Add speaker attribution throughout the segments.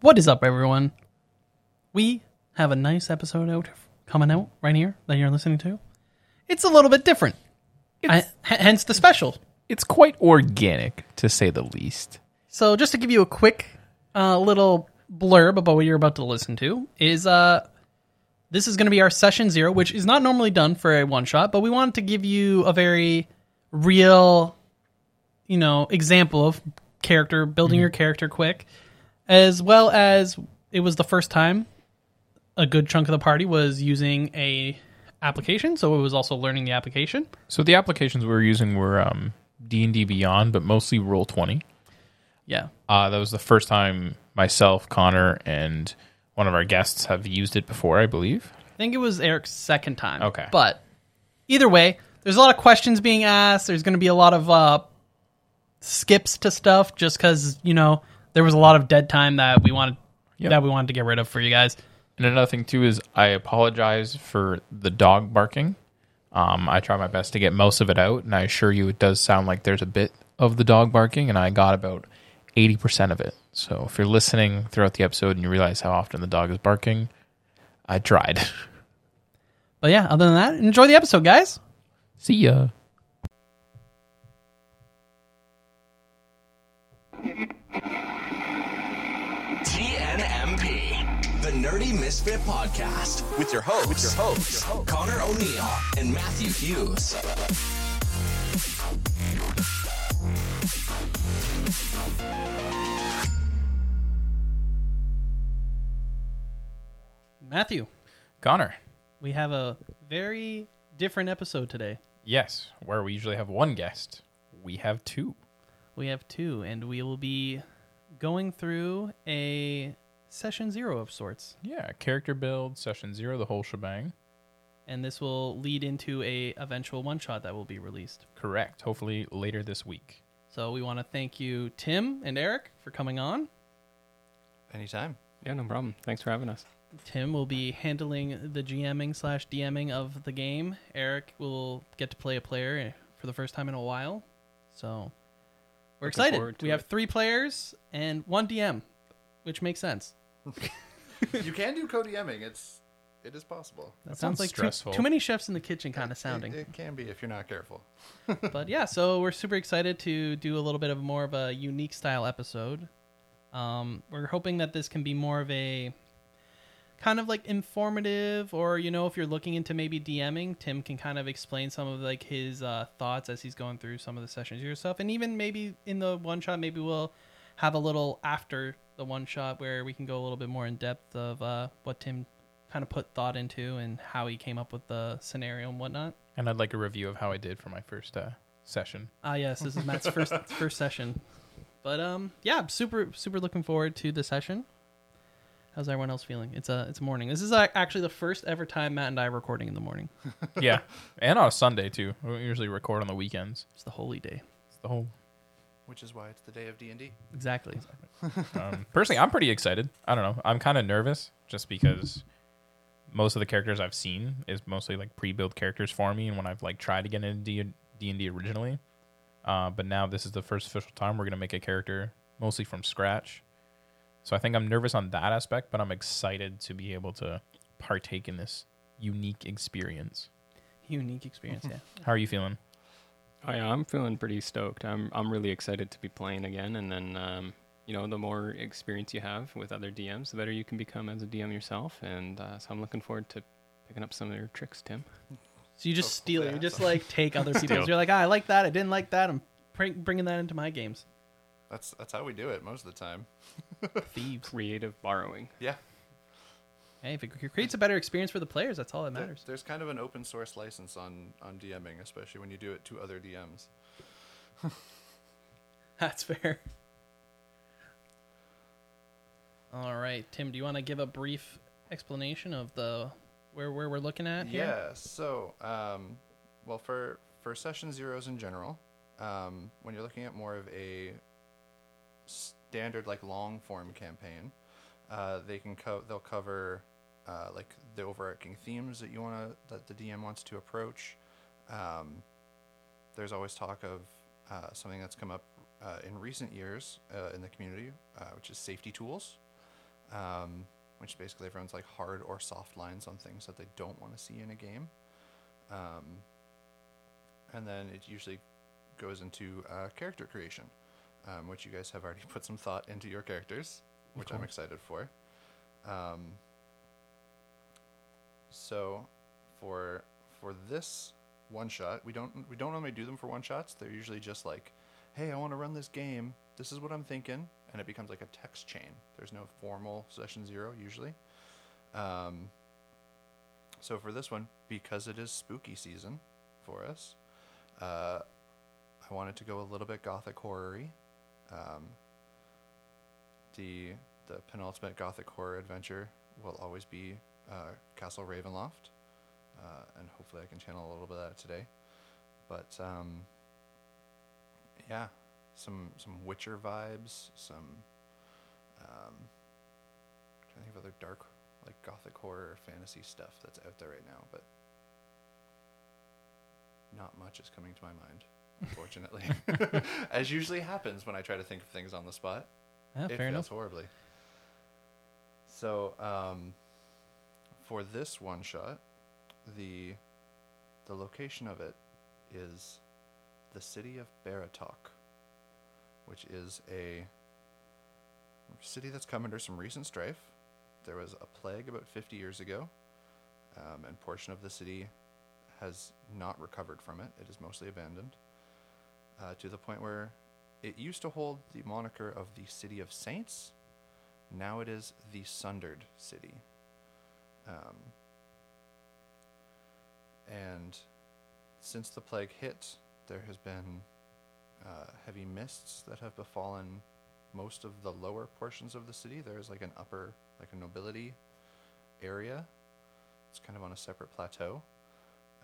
Speaker 1: What is up, everyone? We have a nice episode out coming out right here that you're listening to. It's a little bit different, I,
Speaker 2: It's,
Speaker 1: h- hence the special.
Speaker 2: it's quite organic, to say the least.
Speaker 1: So, just to give you a quick uh, little blurb about what you're about to listen to, is uh, this is going to be our session zero, which is not normally done for a one shot, but we wanted to give you a very real, you know, example of character building your character quick, as well as it was the first time a good chunk of the party was using a application, so it was also learning the application.
Speaker 2: So the applications we were using were um, D&D Beyond, but mostly Roll 20.
Speaker 1: Yeah,
Speaker 2: Uh, that was the first time myself, Connor, and one of our guests have used it before, I believe.
Speaker 1: I think it was Eric's second time.
Speaker 2: Okay.
Speaker 1: But either way, there's a lot of questions being asked. There's going to be a lot of uh, skips to stuff just because, you know, there was a lot of dead time that we wanted
Speaker 2: Yep.
Speaker 1: that we wanted to get rid of for you guys.
Speaker 2: And another thing, too, is I apologize for the dog barking. Um, I try my best to get most of it out, and I assure you it does sound like there's a bit of the dog barking, and I got about 80% of it. So if you're listening throughout the episode and you realize how often the dog is barking, I tried.
Speaker 1: But yeah, other than that, enjoy the episode, guys.
Speaker 2: See ya.
Speaker 3: TNMP, the Nerdy Misfit Podcast, with your hosts, with your hosts, Connor O'Neill and Matthew Hughes.
Speaker 1: Matthew,
Speaker 2: Connor.
Speaker 1: we have a very different episode today.
Speaker 2: Yes, where we usually have one guest, we have two.
Speaker 1: We have two, and we will be going through a session zero of sorts.
Speaker 2: Yeah, character build, session zero, the whole shebang.
Speaker 1: And this will lead into a eventual one shot that will be released.
Speaker 2: Correct. Hopefully later this week.
Speaker 1: So we want to thank you, Tim and Eric, for coming on.
Speaker 3: Anytime.
Speaker 4: Yeah, no problem. Thanks for having us.
Speaker 1: Tim will be handling the GMing slash DMing of the game. Eric will get to play a player eh, for the first time in a while. So we're
Speaker 4: Looking
Speaker 1: excited.
Speaker 4: forward to
Speaker 1: We have
Speaker 4: it.
Speaker 1: three players and one DM, which makes sense.
Speaker 5: you can do co-DMing. It's it is possible.
Speaker 1: That,
Speaker 2: sounds
Speaker 1: sounds, like too,
Speaker 2: stressful.
Speaker 1: too many chefs in the kitchen kind of sounding.
Speaker 5: It, it can be if you're not careful.
Speaker 1: but yeah, so we're super excited to do a little bit of more of a unique style episode. Um, we're hoping that this can be more of a kind of like informative, or you know, if you're looking into maybe DMing, Tim can kind of explain some of like his uh, thoughts as he's going through some of the sessions here stuff, and even maybe in the one shot, maybe we'll have a little after the one shot where we can go a little bit more in depth of uh, what Tim kind of put thought into and how he came up with the scenario and whatnot.
Speaker 2: And I'd like a review of how I did for my first uh, session.
Speaker 1: Ah, yes, this is Matt's first first session. But um, yeah, I'm super super looking forward to the session. How's everyone else feeling? It's uh, it's morning. This is uh, actually the first ever time Matt and I are recording in the morning.
Speaker 2: Yeah. and on a Sunday, too. We don't usually record on the weekends.
Speaker 1: It's the holy day.
Speaker 2: It's the whole.
Speaker 5: Which is why it's the day of D and D.
Speaker 1: Exactly.
Speaker 2: Um, personally, I'm pretty excited. I don't know. I'm kind of nervous just because most of the characters I've seen is mostly like pre-built characters for me, and when I've like tried to get into D and D originally, uh, but now this is the first official time we're gonna make a character mostly from scratch. So I think I'm nervous on that aspect, but I'm excited to be able to partake in this unique experience.
Speaker 1: Unique experience. Yeah.
Speaker 2: How are you feeling?
Speaker 4: Oh, yeah, I'm feeling pretty stoked. I'm I'm really excited to be playing again, and then um, you know the more experience you have with other DMs, the better you can become as a DM yourself. And uh, so I'm looking forward to picking up some of your tricks, Tim.
Speaker 1: So you just steal. You
Speaker 5: yeah.
Speaker 1: just like take other people's. You're like, ah, I like that. I didn't like that. I'm bring, bringing that into my games.
Speaker 5: That's that's how we do it most of the time.
Speaker 1: Thieves.
Speaker 4: Creative borrowing.
Speaker 5: Yeah.
Speaker 1: Hey, if it cre- creates a better experience for the players, that's all that
Speaker 5: There-
Speaker 1: matters.
Speaker 5: there's kind of an open source license on on DMing, especially when you do it to other DMs.
Speaker 1: That's fair. All right, Tim, do you want to give a brief explanation of the where where we're looking at here?
Speaker 5: Yeah. So, um, well, for for session zeros in general, um, when you're looking at more of a standard like long form campaign, uh, they can co- they'll cover uh, like the overarching themes that you wanna that the DM wants to approach. Um, there's always talk of uh, something that's come up uh, in recent years uh, in the community, uh, which is safety tools. um, which basically everyone's like hard or soft lines on things that they don't want to see in a game. Um, and then it usually goes into uh, character creation, um, which you guys have already put some thought into your characters, which I'm excited for. Um, so, for for this one shot, we don't we don't normally do them for one shots. They're usually just like, "Hey, I want to run this game. This is what I'm thinking," and it becomes like a text chain. There's no formal session zero usually. Um, so for this one, because it is spooky season for us, uh, I wanted to go a little bit gothic horror-y. Um, the the penultimate gothic horror adventure will always be uh, Castle Ravenloft, uh, and hopefully I can channel a little bit of that today. But um, yeah, some some Witcher vibes, some um, trying to think of other dark like gothic horror or fantasy stuff that's out there right now, but not much is coming to my mind, unfortunately. As usually happens when I try to think of things on the spot
Speaker 1: Yeah,
Speaker 5: it
Speaker 1: Ah, fair
Speaker 5: fails
Speaker 1: enough.
Speaker 5: horribly. So, um, for this one shot, the the location of it is the city of Baratok, which is a city that's come under some recent strife. There was a plague about 50 years ago, um, and portion of the city has not recovered from it. It is mostly abandoned uh, to the point where it used to hold the moniker of the City of Saints. Now it is the Sundered City. Um, and since the plague hit, there has been uh, heavy mists that have befallen most of the lower portions of the city. There is like an upper, like a nobility area. It's kind of on a separate plateau.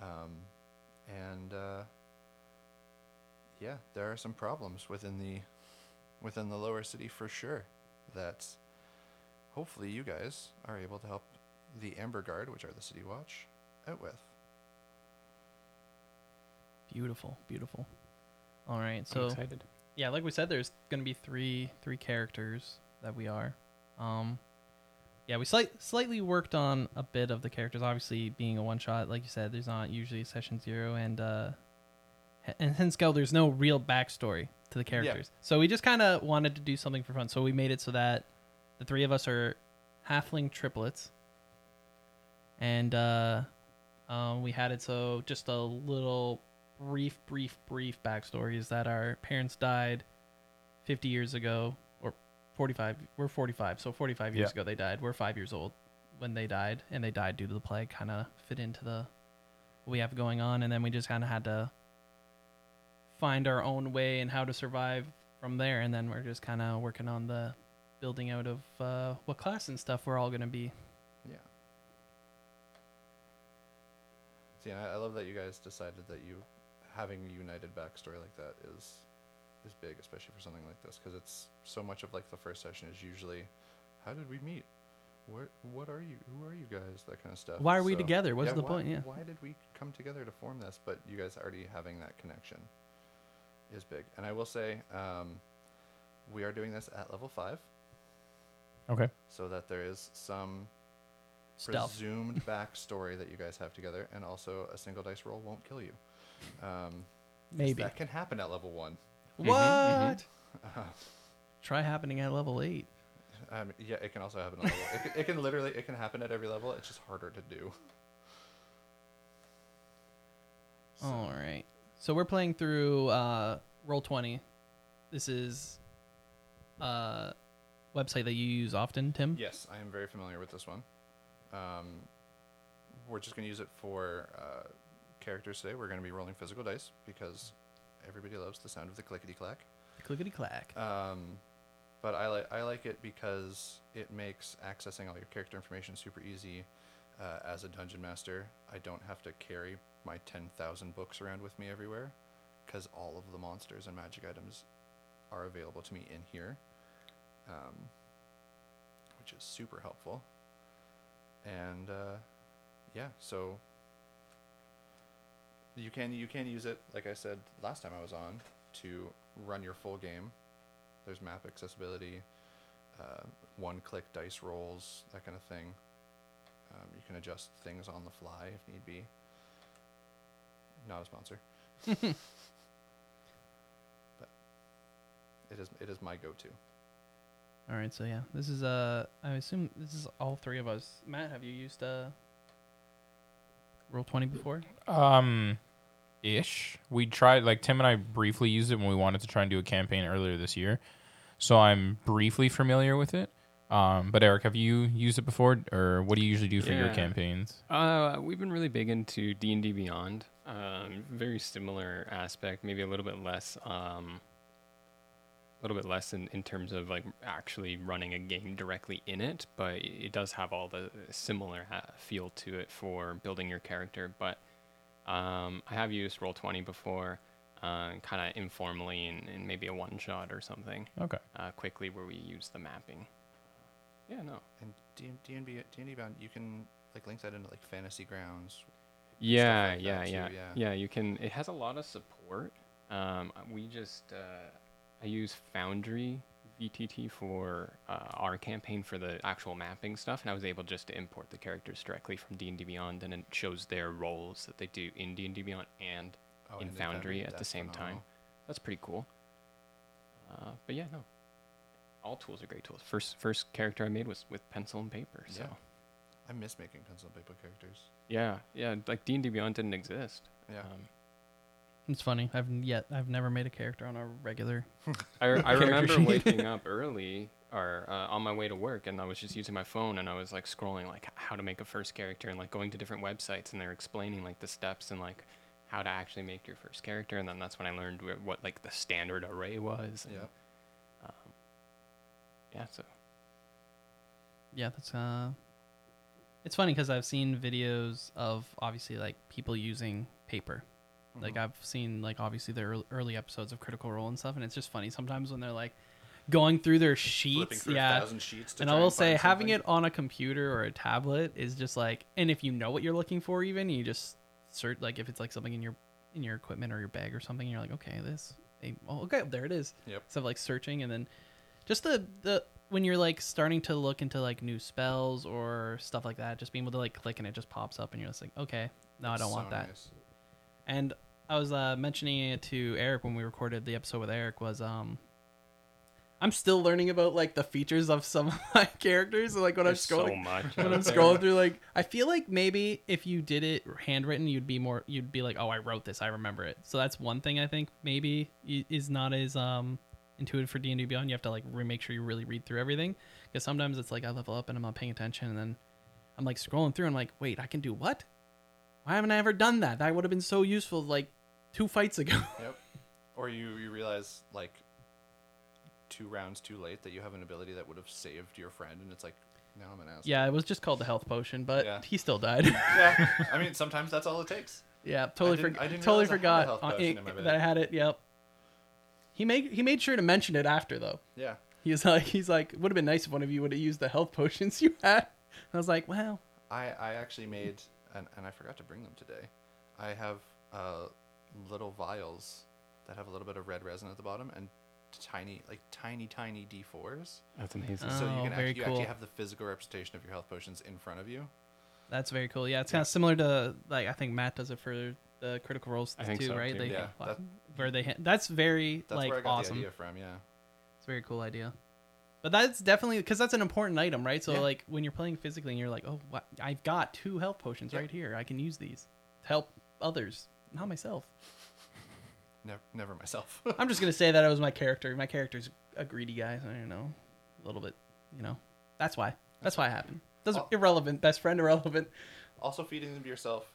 Speaker 5: Um, and uh, yeah, there are some problems within the within the lower city for sure. That hopefully you guys are able to help the Amber Guard, which are the City Watch, out with.
Speaker 1: Beautiful, beautiful. All right,
Speaker 4: I'm
Speaker 1: so
Speaker 4: excited.
Speaker 1: yeah, like we said, there's gonna be three three characters that we are. Um, yeah, we slight, slightly worked on a bit of the characters. Obviously, being a one shot, like you said, there's not usually a session zero, and uh, h- and hence go there's no real backstory to the characters. So we just kind of wanted to do something for fun. So we made it so that the three of us are halfling triplets, and uh, um, we had it so just a little brief, brief, brief backstory is that our parents died 50 years ago or 45. We're 45, so 45 years
Speaker 2: Yeah.
Speaker 1: ago they died. We're five years old when they died, and they died due to the plague. Kind of fit into the what we have going on, and then we just kind of had to find our own way and how to survive from there. And then we're just kind of working on the building out of uh, what class and stuff we're all gonna be.
Speaker 5: Yeah. See, and I, I love that you guys decided that you having a united backstory like that is is big, especially for something like this, because it's so much of like the first session is usually, how did we meet? What what are you? Who are you guys? That kind of stuff.
Speaker 1: Why are we together? What's
Speaker 5: Yeah,
Speaker 1: the
Speaker 5: why-
Speaker 1: point? Yeah.
Speaker 5: Why did we come together to form this? But you guys already having that connection is big. And I will say, um, we are doing this at level five,
Speaker 2: Okay.
Speaker 5: so that there is some
Speaker 1: Stealth.
Speaker 5: presumed backstory that you guys have together, and also a single dice roll won't kill you. Um, 'cause
Speaker 1: Maybe.
Speaker 5: that can happen at level one.
Speaker 1: What? Mm-hmm, Try happening at level eight.
Speaker 5: Um, yeah, it can also happen at level. it, can, it can literally, it can happen at every level. It's just harder to do.
Speaker 1: All right. So we're playing through uh, Roll Twenty. This is a website that you use often, Tim.
Speaker 5: Yes, I am very familiar with this one. Um, we're just going to use it for uh, characters today. We're going to be rolling physical dice because everybody loves the sound of the clickety clack.
Speaker 1: Clickety clack.
Speaker 5: Um, but I like I like it because it makes accessing all your character information super easy. Uh, as a dungeon master, I don't have to carry my ten thousand books around with me everywhere, because all of the monsters and magic items are available to me in here, um, which is super helpful. And uh, yeah, so you can you can use it like I said last time I was on to run your full game there's map accessibility. uh, one-click dice rolls, that kind of thing. Um, you can adjust things on the fly if need be. Not a sponsor. but it is it is my go-to.
Speaker 1: All right, so yeah, this is uh, I assume this is all three of us. Matt, have you used uh, roll twenty before?
Speaker 2: Um, ish. We tried like Tim and I briefly used it when we wanted to try and do a campaign earlier this year, so I'm briefly familiar with it. Um, but Eric, have you used it before, or what do you usually do for your
Speaker 4: Yeah.
Speaker 2: campaigns?
Speaker 4: Uh, we've been really big into D and D Beyond. Um, very similar aspect, maybe a little bit less, um, a little bit less in, in terms of like actually running a game directly in it, but it does have all the similar ha- feel to it for building your character. But um, I have used Roll Twenty before, uh, kind of informally, and in, in maybe a one shot or something,
Speaker 2: Okay.
Speaker 4: uh, quickly where we use the mapping. Yeah, no.
Speaker 5: And D and D and D bound, you can like link that into like fantasy grounds.
Speaker 4: yeah,
Speaker 5: like that
Speaker 4: yeah,
Speaker 5: too,
Speaker 4: yeah,
Speaker 5: yeah.
Speaker 4: yeah, You can. It has a lot of support. Um, we just uh, I use Foundry VTT for uh, our campaign for the actual mapping stuff, and I was able just to import the characters directly from D and D Beyond, and it shows their roles that they do in D and D Beyond and
Speaker 5: Oh,
Speaker 4: in
Speaker 5: and in Foundry,
Speaker 4: Foundry at the
Speaker 5: that's
Speaker 4: same time.
Speaker 5: phenomenal.
Speaker 4: That's pretty cool. Uh, but yeah, no. All tools are great tools. First, first character I made was with pencil and paper. So
Speaker 5: Yeah. I miss making pencil and paper characters.
Speaker 4: yeah, yeah. Like D and D Beyond didn't exist.
Speaker 5: Yeah.
Speaker 4: Um,
Speaker 1: It's funny. I've n- yet I've never made a character on a regular.
Speaker 4: I, I
Speaker 1: Character
Speaker 4: remember
Speaker 1: sheet.
Speaker 4: waking up early or uh, on my way to work, and I was just using my phone, and I was like scrolling like how to make a first character, and like going to different websites, and they're explaining like the steps and like how to actually make your first character, and then that's when I learned wh- what like the standard array was. And,
Speaker 5: yeah.
Speaker 4: yeah. So
Speaker 1: Yeah, that's uh, it's funny because I've seen videos of obviously like people using paper. Like
Speaker 5: Mm-hmm.
Speaker 1: I've seen like obviously the earl- early episodes of Critical Role and stuff, and it's just funny sometimes when they're like going through their
Speaker 5: Flipping
Speaker 1: sheets.
Speaker 5: through a
Speaker 1: yeah,
Speaker 5: thousand sheets to
Speaker 1: and I
Speaker 5: try
Speaker 1: will
Speaker 5: and
Speaker 1: say
Speaker 5: find
Speaker 1: having
Speaker 5: something.
Speaker 1: it on a computer or a tablet is just like, and if you know what you're looking for, even you just search like if it's like something in your in your equipment or your bag or something, you're like, okay, this, eh, oh, okay, there it is.
Speaker 5: Yep.
Speaker 1: Instead of like searching and then just the the when you're like starting to look into like new spells or stuff like that, just being able to like click and it just pops up and you're just like, okay, no, I don't
Speaker 5: So
Speaker 1: want that.
Speaker 5: nice.
Speaker 1: And I was uh, mentioning it to Eric when we recorded the episode with Eric was um I'm still learning about like the features of some of my characters and like when
Speaker 4: there's
Speaker 1: I'm
Speaker 4: so
Speaker 1: scrolling
Speaker 4: much.
Speaker 1: when
Speaker 4: out
Speaker 1: I'm
Speaker 4: there.
Speaker 1: scrolling through like I feel like maybe if you did it handwritten you'd be more you'd be like oh I wrote this I remember it. So that's one thing I think maybe i- is not as um intuitive for D&D Beyond. You have to like re- make sure you really read through everything because sometimes it's like I level up and I'm not paying attention and then I'm like scrolling through and I'm like wait, I can do what? Why haven't I ever done that? That would have been so useful like two fights ago.
Speaker 5: Yep. Or you you realize like two rounds too late that you have an ability that would have saved your friend, and it's like now I'm an ass.
Speaker 1: yeah, it was just called the health potion, but
Speaker 5: Yeah.
Speaker 1: he still died.
Speaker 5: Yeah. I mean, sometimes that's all it takes.
Speaker 1: yeah, totally
Speaker 5: didn't-
Speaker 1: forgot.
Speaker 5: I didn't
Speaker 1: Totally
Speaker 5: realize I had a
Speaker 1: forgot
Speaker 5: health
Speaker 1: on-
Speaker 5: potion in my
Speaker 1: that
Speaker 5: bag.
Speaker 1: I had it. Yep. He made he made sure to mention it after though.
Speaker 5: Yeah.
Speaker 1: He's like he's like would have been nice if one of you would have used the health potions you had. I was like, well,
Speaker 5: I I actually made and and I forgot to bring them today. I have uh little vials that have a little bit of red resin at the bottom and tiny like tiny tiny d4s
Speaker 4: That's amazing.
Speaker 5: so you
Speaker 1: Oh,
Speaker 5: can
Speaker 1: very
Speaker 5: actually, you actually
Speaker 1: cool.
Speaker 5: have the physical representation of your health potions in front of you
Speaker 1: that's very cool. Yeah, it's kind of similar to like I think Matt does it for the critical roles
Speaker 4: I think
Speaker 1: too,
Speaker 4: so,
Speaker 1: right?
Speaker 4: too.
Speaker 1: They
Speaker 5: Yeah, that-
Speaker 1: where they ha- that's very
Speaker 5: that's
Speaker 1: like
Speaker 5: where i got
Speaker 1: awesome.
Speaker 5: the idea from yeah
Speaker 1: It's a very cool idea. But that's definitely because that's an important item, right? So
Speaker 5: Yeah.
Speaker 1: like when you're playing physically and you're like, oh, wha- I've got two health potions
Speaker 5: Yeah.
Speaker 1: right here. I can use these to help others, not myself.
Speaker 5: never, never myself
Speaker 1: I'm just gonna say that it was my character. My character's a greedy guy. So, you know, a little bit. You know, that's why. That's why it happened. Doesn't
Speaker 5: Oh.
Speaker 1: irrelevant. Best friend irrelevant.
Speaker 5: Also, feeding them to yourself.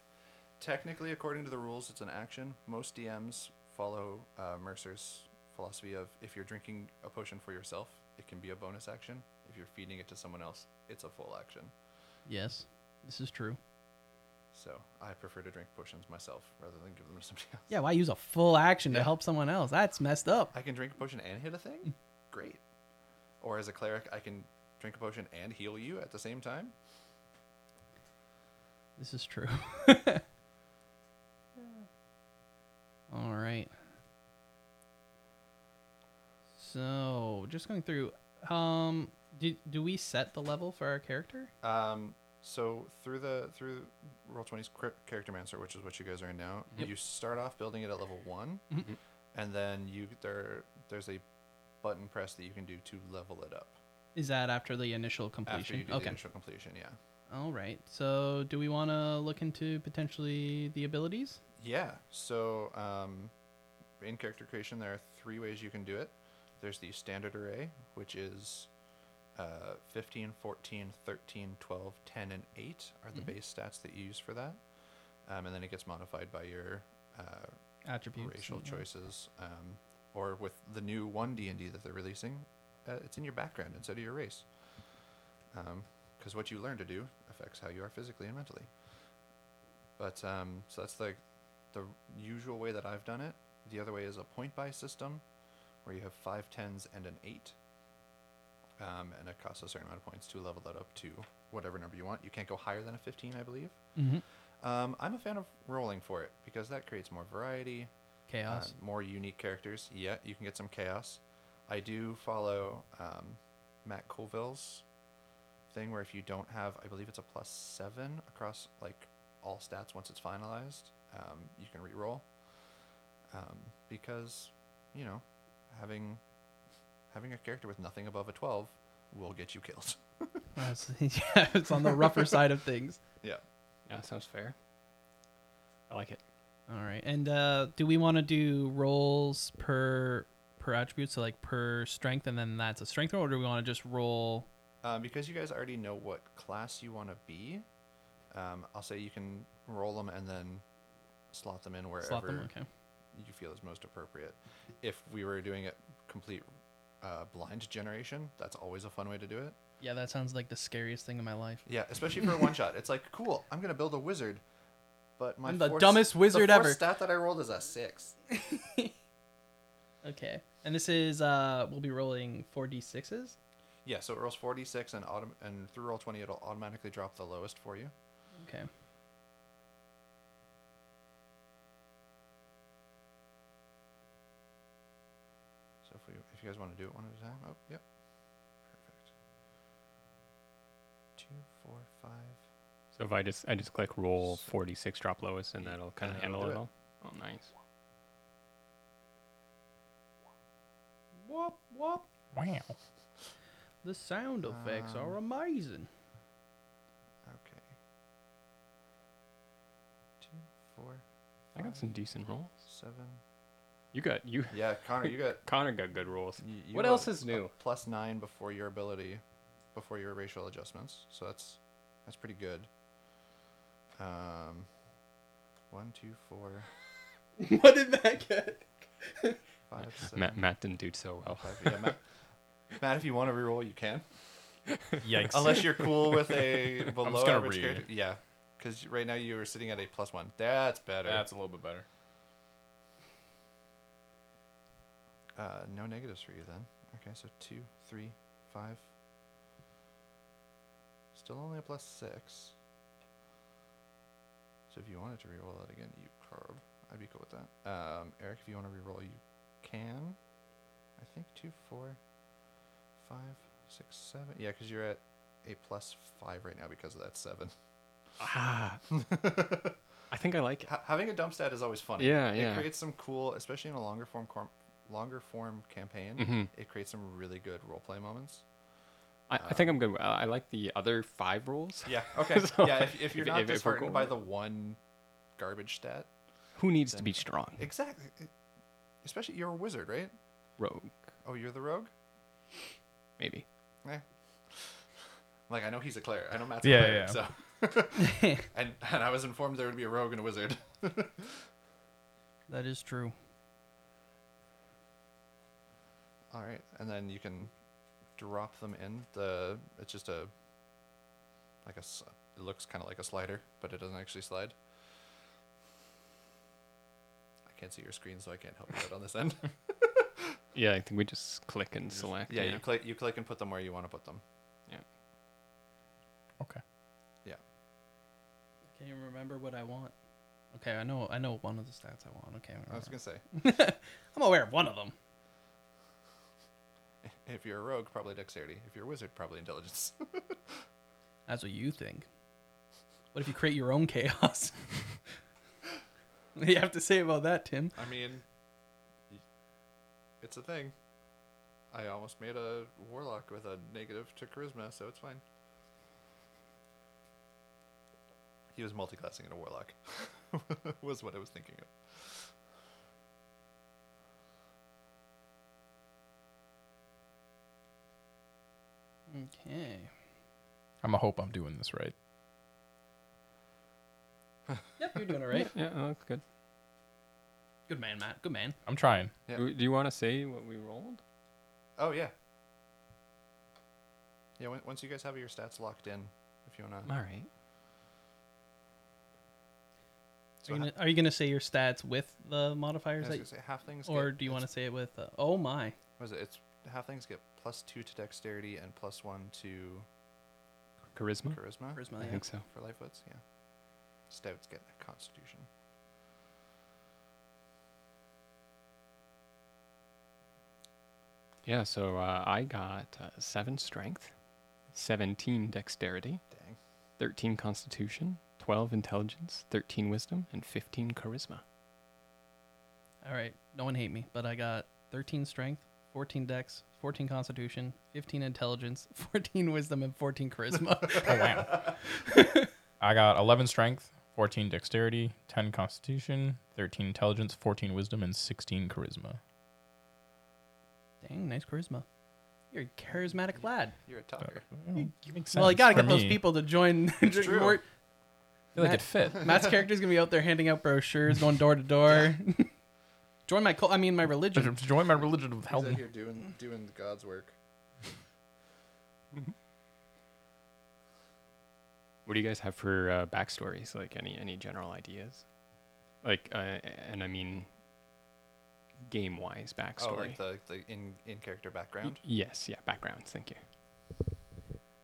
Speaker 5: Technically, according to the rules, it's an action. Most DMs follow uh, Mercer's philosophy of if you're drinking a potion for yourself, it can be a bonus action. If you're feeding it to someone else, it's a full action.
Speaker 1: Yes, this is true.
Speaker 5: So I prefer to drink potions myself rather than give them to somebody else.
Speaker 1: Yeah, why use a full action to
Speaker 5: Yeah.
Speaker 1: help someone else? That's messed up.
Speaker 5: I can drink a potion and hit a thing? Great. Or as a cleric, I can drink a potion and heal you at the same time?
Speaker 1: This is true. All right. So, just going through um Do, do we set the level for our character?
Speaker 5: Um, so through the through roll 20's cr- character master, which is what you guys are in now, you start off building it at level one,
Speaker 1: Mm-hmm.
Speaker 5: and then you there there's a button press that you can do to level it up
Speaker 1: Is that after the initial
Speaker 5: after you
Speaker 1: completion?
Speaker 5: do the
Speaker 1: Okay.
Speaker 5: initial completion. Yeah,
Speaker 1: All right. So, do we want to look into potentially the abilities?
Speaker 5: yeah. So um, in character creation, there are three ways you can do it. There's the standard array, which is uh, 15, 14, 13, 12, 10, and 8 are the base stats that you use for that. Um, and then it gets modified by your uh,
Speaker 1: Attributes.
Speaker 5: racial
Speaker 1: and- yeah.
Speaker 5: choices, um, or with the new one D and D that they're releasing, uh, it's in your background instead of your race, because what you learn to do affects how you are physically and mentally. But um, so that's like the usual way that I've done it. The other way is a point buy system, where you have five tens and an eight, um, and it costs a certain amount of points to level that up to whatever number you want. You can't go higher than a fifteen, I believe.
Speaker 1: Mm-hmm.
Speaker 5: Um, I'm a fan of rolling for it because that creates more variety uh,
Speaker 1: Chaos.
Speaker 5: more unique characters. Yeah, you can get some chaos. I do follow um, Matt Colville's thing where if you don't have, I believe it's a plus seven across like all stats once it's finalized, um, you can re-roll. Um, because, you know, having having a character with nothing above a twelve will get you killed.
Speaker 1: That's- yeah, it's on the rougher side of things.
Speaker 5: yeah.
Speaker 4: Yeah, sounds fair. I like it.
Speaker 1: All right. And uh, do we want to do rolls per per attribute, so like per strength, and then that's a strength roll, or do we want to just roll?
Speaker 5: Um, because you guys already know what class you want to be, um, I'll say you can roll them and then slot them in wherever
Speaker 1: Slot them. Okay.
Speaker 5: you feel is most appropriate. If we were doing it complete uh, blind generation, that's always a fun way to do it.
Speaker 1: Yeah, that sounds like the scariest thing in my life.
Speaker 5: Yeah, especially for a one shot. It's like, cool, I'm gonna build a wizard, but my
Speaker 1: I'm the
Speaker 5: force-
Speaker 1: dumbest wizard
Speaker 5: the force
Speaker 1: ever.
Speaker 5: Stat that I rolled is a six.
Speaker 1: Okay. And this is uh, we'll be rolling four d sixes.
Speaker 5: Yeah, so it rolls 46 and autom- and through roll 20 it'll automatically drop the lowest for you.
Speaker 1: Okay.
Speaker 5: So if we if you guys want to do it one at a time, oh yep, perfect. Two, four, five.
Speaker 4: So if I just I just click roll 46 drop lowest and that'll kind of
Speaker 5: that'll
Speaker 4: handle
Speaker 5: do
Speaker 4: it
Speaker 5: it.
Speaker 4: all. Oh, nice.
Speaker 5: Whoop whoop.
Speaker 2: Wow.
Speaker 1: The sound effects
Speaker 5: Um,
Speaker 1: are amazing.
Speaker 5: Okay. Two, four,
Speaker 4: I got some decent rolls.
Speaker 5: seven.
Speaker 4: You got you.
Speaker 5: Yeah, Connor, you got.
Speaker 4: Connor got good rolls.
Speaker 5: You, you
Speaker 4: what
Speaker 5: have
Speaker 4: else is
Speaker 5: a
Speaker 4: new?
Speaker 5: Plus nine before your ability, before your racial adjustments. So that's that's pretty good. Um, one, two, four,
Speaker 1: What did that get?
Speaker 5: five, six,
Speaker 4: Matt, Matt didn't do so well.
Speaker 5: five. Yeah, Matt, Matt, if you want to reroll, you can.
Speaker 2: Yikes.
Speaker 5: Unless you're cool with a below
Speaker 2: gonna
Speaker 5: average
Speaker 2: read.
Speaker 5: character. Yeah, because right now you are sitting at a plus one. That's better.
Speaker 2: That's a little bit better.
Speaker 5: Uh, no negatives for you then. Okay, so two, three, five. Still only a plus six. So if you wanted to reroll that again, you curb. I'd be cool with that. Um, Eric, if you want to reroll, you can. I think two, four, five, six, seven. Yeah, because you're at a plus five right now because of that seven.
Speaker 4: Ah, I think I like it.
Speaker 5: Ha- having a dump stat is always funny.
Speaker 4: Yeah,
Speaker 5: it
Speaker 4: yeah.
Speaker 5: creates some cool, especially in a longer form, corm- longer form campaign.
Speaker 4: Mm-hmm.
Speaker 5: It creates some really good role play moments.
Speaker 4: I, I think I'm good. with- I I like the other five rolls.
Speaker 5: Yeah. Okay.
Speaker 4: So,
Speaker 5: yeah. If, if you're
Speaker 4: if-
Speaker 5: not
Speaker 4: if- if we're
Speaker 5: disheartened
Speaker 4: cool
Speaker 5: by
Speaker 4: with
Speaker 5: the one garbage stat,
Speaker 4: Who needs to be strong?
Speaker 5: exactly. It- Especially you're a wizard, right?
Speaker 4: Rogue,
Speaker 5: Oh, you're the rogue.
Speaker 4: maybe.
Speaker 5: Eh. Like I know he's a cleric. I know Matt's a
Speaker 2: Yeah,
Speaker 5: cleric.
Speaker 2: yeah.
Speaker 5: So, and and I was informed there would be a rogue and a wizard.
Speaker 1: That is true.
Speaker 5: All right, and then you can drop them in the. It's just a like a. s- It looks kind of like a slider, but it doesn't actually slide. I can't see your screen, so I can't help you out on this end.
Speaker 4: Yeah, I think we just click and select.
Speaker 5: yeah, you click, you click and put them where you want to put them.
Speaker 4: yeah.
Speaker 2: Okay.
Speaker 5: Yeah.
Speaker 1: Can't even remember what I want. Okay, I know I know one of the stats I want. Okay, I
Speaker 5: I was gonna say,
Speaker 1: am aware of one of them.
Speaker 5: If you're a rogue, probably dexterity. If you're a wizard, probably intelligence.
Speaker 1: That's what you think. What if you create your own chaos? what do you have to say about that, Tim?
Speaker 5: I mean, y- it's a thing. I almost made a warlock with a negative to charisma, so it's fine. He was multiclassing in a warlock, was what I was thinking of.
Speaker 1: Okay.
Speaker 2: I'm gonna hope I'm doing this right.
Speaker 1: Yep, you're doing all right.
Speaker 4: Yeah, oh, that's good.
Speaker 1: Good man, Matt. Good man.
Speaker 2: I'm trying.
Speaker 5: Yeah.
Speaker 4: Do do you want to say what we rolled?
Speaker 5: Oh yeah. Yeah. on- Once you guys have your stats locked in, if you wanna.
Speaker 4: All right.
Speaker 5: So
Speaker 1: Are you,
Speaker 5: ha-
Speaker 1: gonna, are you gonna say your stats with the
Speaker 5: I
Speaker 1: modifiers,
Speaker 5: was
Speaker 1: that,
Speaker 5: gonna say halflings.
Speaker 1: or
Speaker 5: get,
Speaker 1: do you want to say it with? Uh, oh my!
Speaker 5: Was it? It's halflings get plus two to dexterity and plus one to
Speaker 4: Charisma?
Speaker 5: charisma.
Speaker 1: Hmm. Charisma,
Speaker 4: I
Speaker 1: yeah.
Speaker 4: think so.
Speaker 5: for Lifewoods, yeah. Stouts get a constitution.
Speaker 4: Yeah, so uh, I got uh, 7 strength, 17 dexterity,
Speaker 5: Dang.
Speaker 4: 13 constitution, 12 intelligence, 13 wisdom, and 15 charisma.
Speaker 1: All right, no one hate me, but I got 13 strength, 14 dex, 14 constitution, 15 intelligence, 14 wisdom, and 14 charisma.
Speaker 2: Oh wow. I got 11 strength, 14 dexterity, 10 constitution, 13 intelligence, 14 wisdom, and 16 charisma.
Speaker 1: Dang, nice charisma. You're a charismatic lad.
Speaker 5: You're a talker.
Speaker 2: Uh,
Speaker 1: Mm. well, you gotta get those
Speaker 2: me.
Speaker 1: people to join.
Speaker 5: It's true.
Speaker 1: more-
Speaker 2: I feel like
Speaker 1: Matt-
Speaker 2: it fit.
Speaker 1: Matt's character's gonna be out there handing out brochures, going door to door. Join my cult. I mean, my religion.
Speaker 2: Join my religion with
Speaker 5: He's
Speaker 2: help.
Speaker 5: out here doing doing God's work.
Speaker 4: What do you guys have for uh, backstories? Like any any general ideas? Like, uh, and I mean, game wise backstory.
Speaker 5: Oh, like the, the in in character background.
Speaker 4: yes, yeah, backgrounds. Thank you.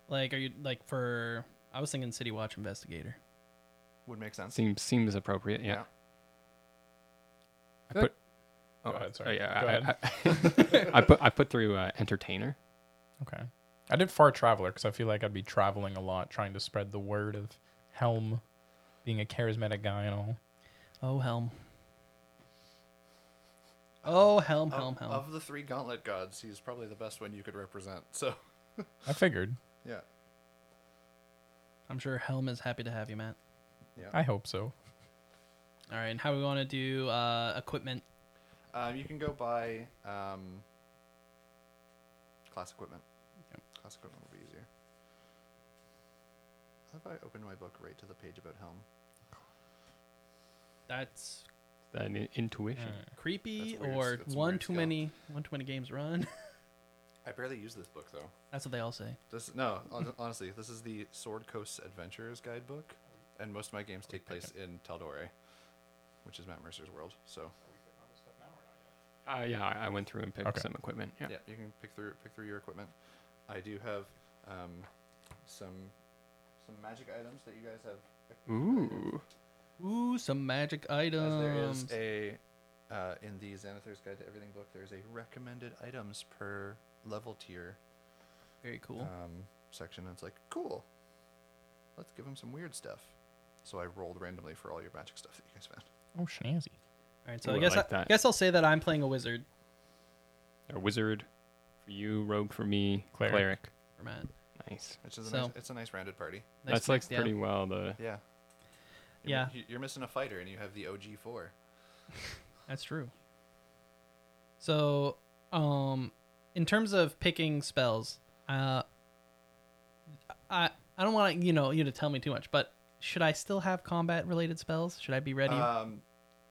Speaker 1: Like, are you like for? I was thinking City Watch Investigator.
Speaker 5: Would make sense.
Speaker 4: Seems seems appropriate. Yeah.
Speaker 5: Yeah.
Speaker 4: I put. Oh,
Speaker 2: ahead,
Speaker 4: oh,
Speaker 2: sorry.
Speaker 4: yeah,
Speaker 2: Go
Speaker 4: I, I- I put I put through uh, entertainer.
Speaker 2: Okay. I did Far Traveler because I feel like I'd be traveling a lot trying to spread the word of Helm being a charismatic guy and all.
Speaker 1: Oh Helm. Oh Helm, Helm,
Speaker 5: of,
Speaker 1: Helm.
Speaker 5: of the three gauntlet gods, he's probably the best one you could represent. So
Speaker 2: I figured.
Speaker 5: yeah.
Speaker 1: I'm sure Helm is happy to have you, Matt.
Speaker 2: I hope so.
Speaker 1: All right, and how we want to do uh, equipment?
Speaker 5: Um, you can go buy um, class equipment. Class equipment will be easier. How about I open my book right to the page about Helm?
Speaker 1: That's uh,
Speaker 4: Then i- intuition.
Speaker 1: creepy
Speaker 5: That's weird.
Speaker 1: or
Speaker 5: That's a
Speaker 1: one
Speaker 5: weird
Speaker 1: too
Speaker 5: skill.
Speaker 1: many one too many games run.
Speaker 5: I barely use this book though.
Speaker 1: That's what they all say.
Speaker 5: This no, hon- honestly, this is the Sword Coast Adventurers guidebook, and most of my games take place in Taldore, which is Matt Mercer's world. So
Speaker 1: Mm.
Speaker 4: Uh, yeah, I, I went through and picked
Speaker 2: Okay.
Speaker 4: some equipment. Yeah.
Speaker 5: yeah, you can pick through pick through your equipment. I do have um, some some magic items that you guys have.
Speaker 4: Ooh.
Speaker 1: Ooh, some magic items.
Speaker 5: As there is a uh, in the Xanathar's Guide to Everything book, there is a recommended items per level tier
Speaker 1: Very cool.
Speaker 5: um, section. And it's like cool. Let's give him some weird stuff. So I rolled randomly for all your magic stuff that you guys found.
Speaker 2: Oh, snazzy.
Speaker 1: all right, so
Speaker 4: Ooh,
Speaker 1: I
Speaker 4: I
Speaker 1: guess I,
Speaker 4: like that.
Speaker 1: guess I'll say that I'm playing a wizard
Speaker 4: A wizard for you, rogue for me,
Speaker 2: Cleric.
Speaker 4: cleric.
Speaker 1: for Matt.
Speaker 4: Nice.
Speaker 5: Which is a
Speaker 1: So-
Speaker 5: nice, it's a nice rounded party.
Speaker 1: Nice
Speaker 4: That's like
Speaker 1: mix, yeah.
Speaker 4: pretty well the
Speaker 5: Yeah. You're,
Speaker 1: Yeah,
Speaker 5: mi- You're missing a fighter, and you have the OG four.
Speaker 1: that's true. So, um, in terms of picking spells, uh, I I don't want you know you to tell me too much, but should I still have combat related spells? Should I be ready?
Speaker 5: Um,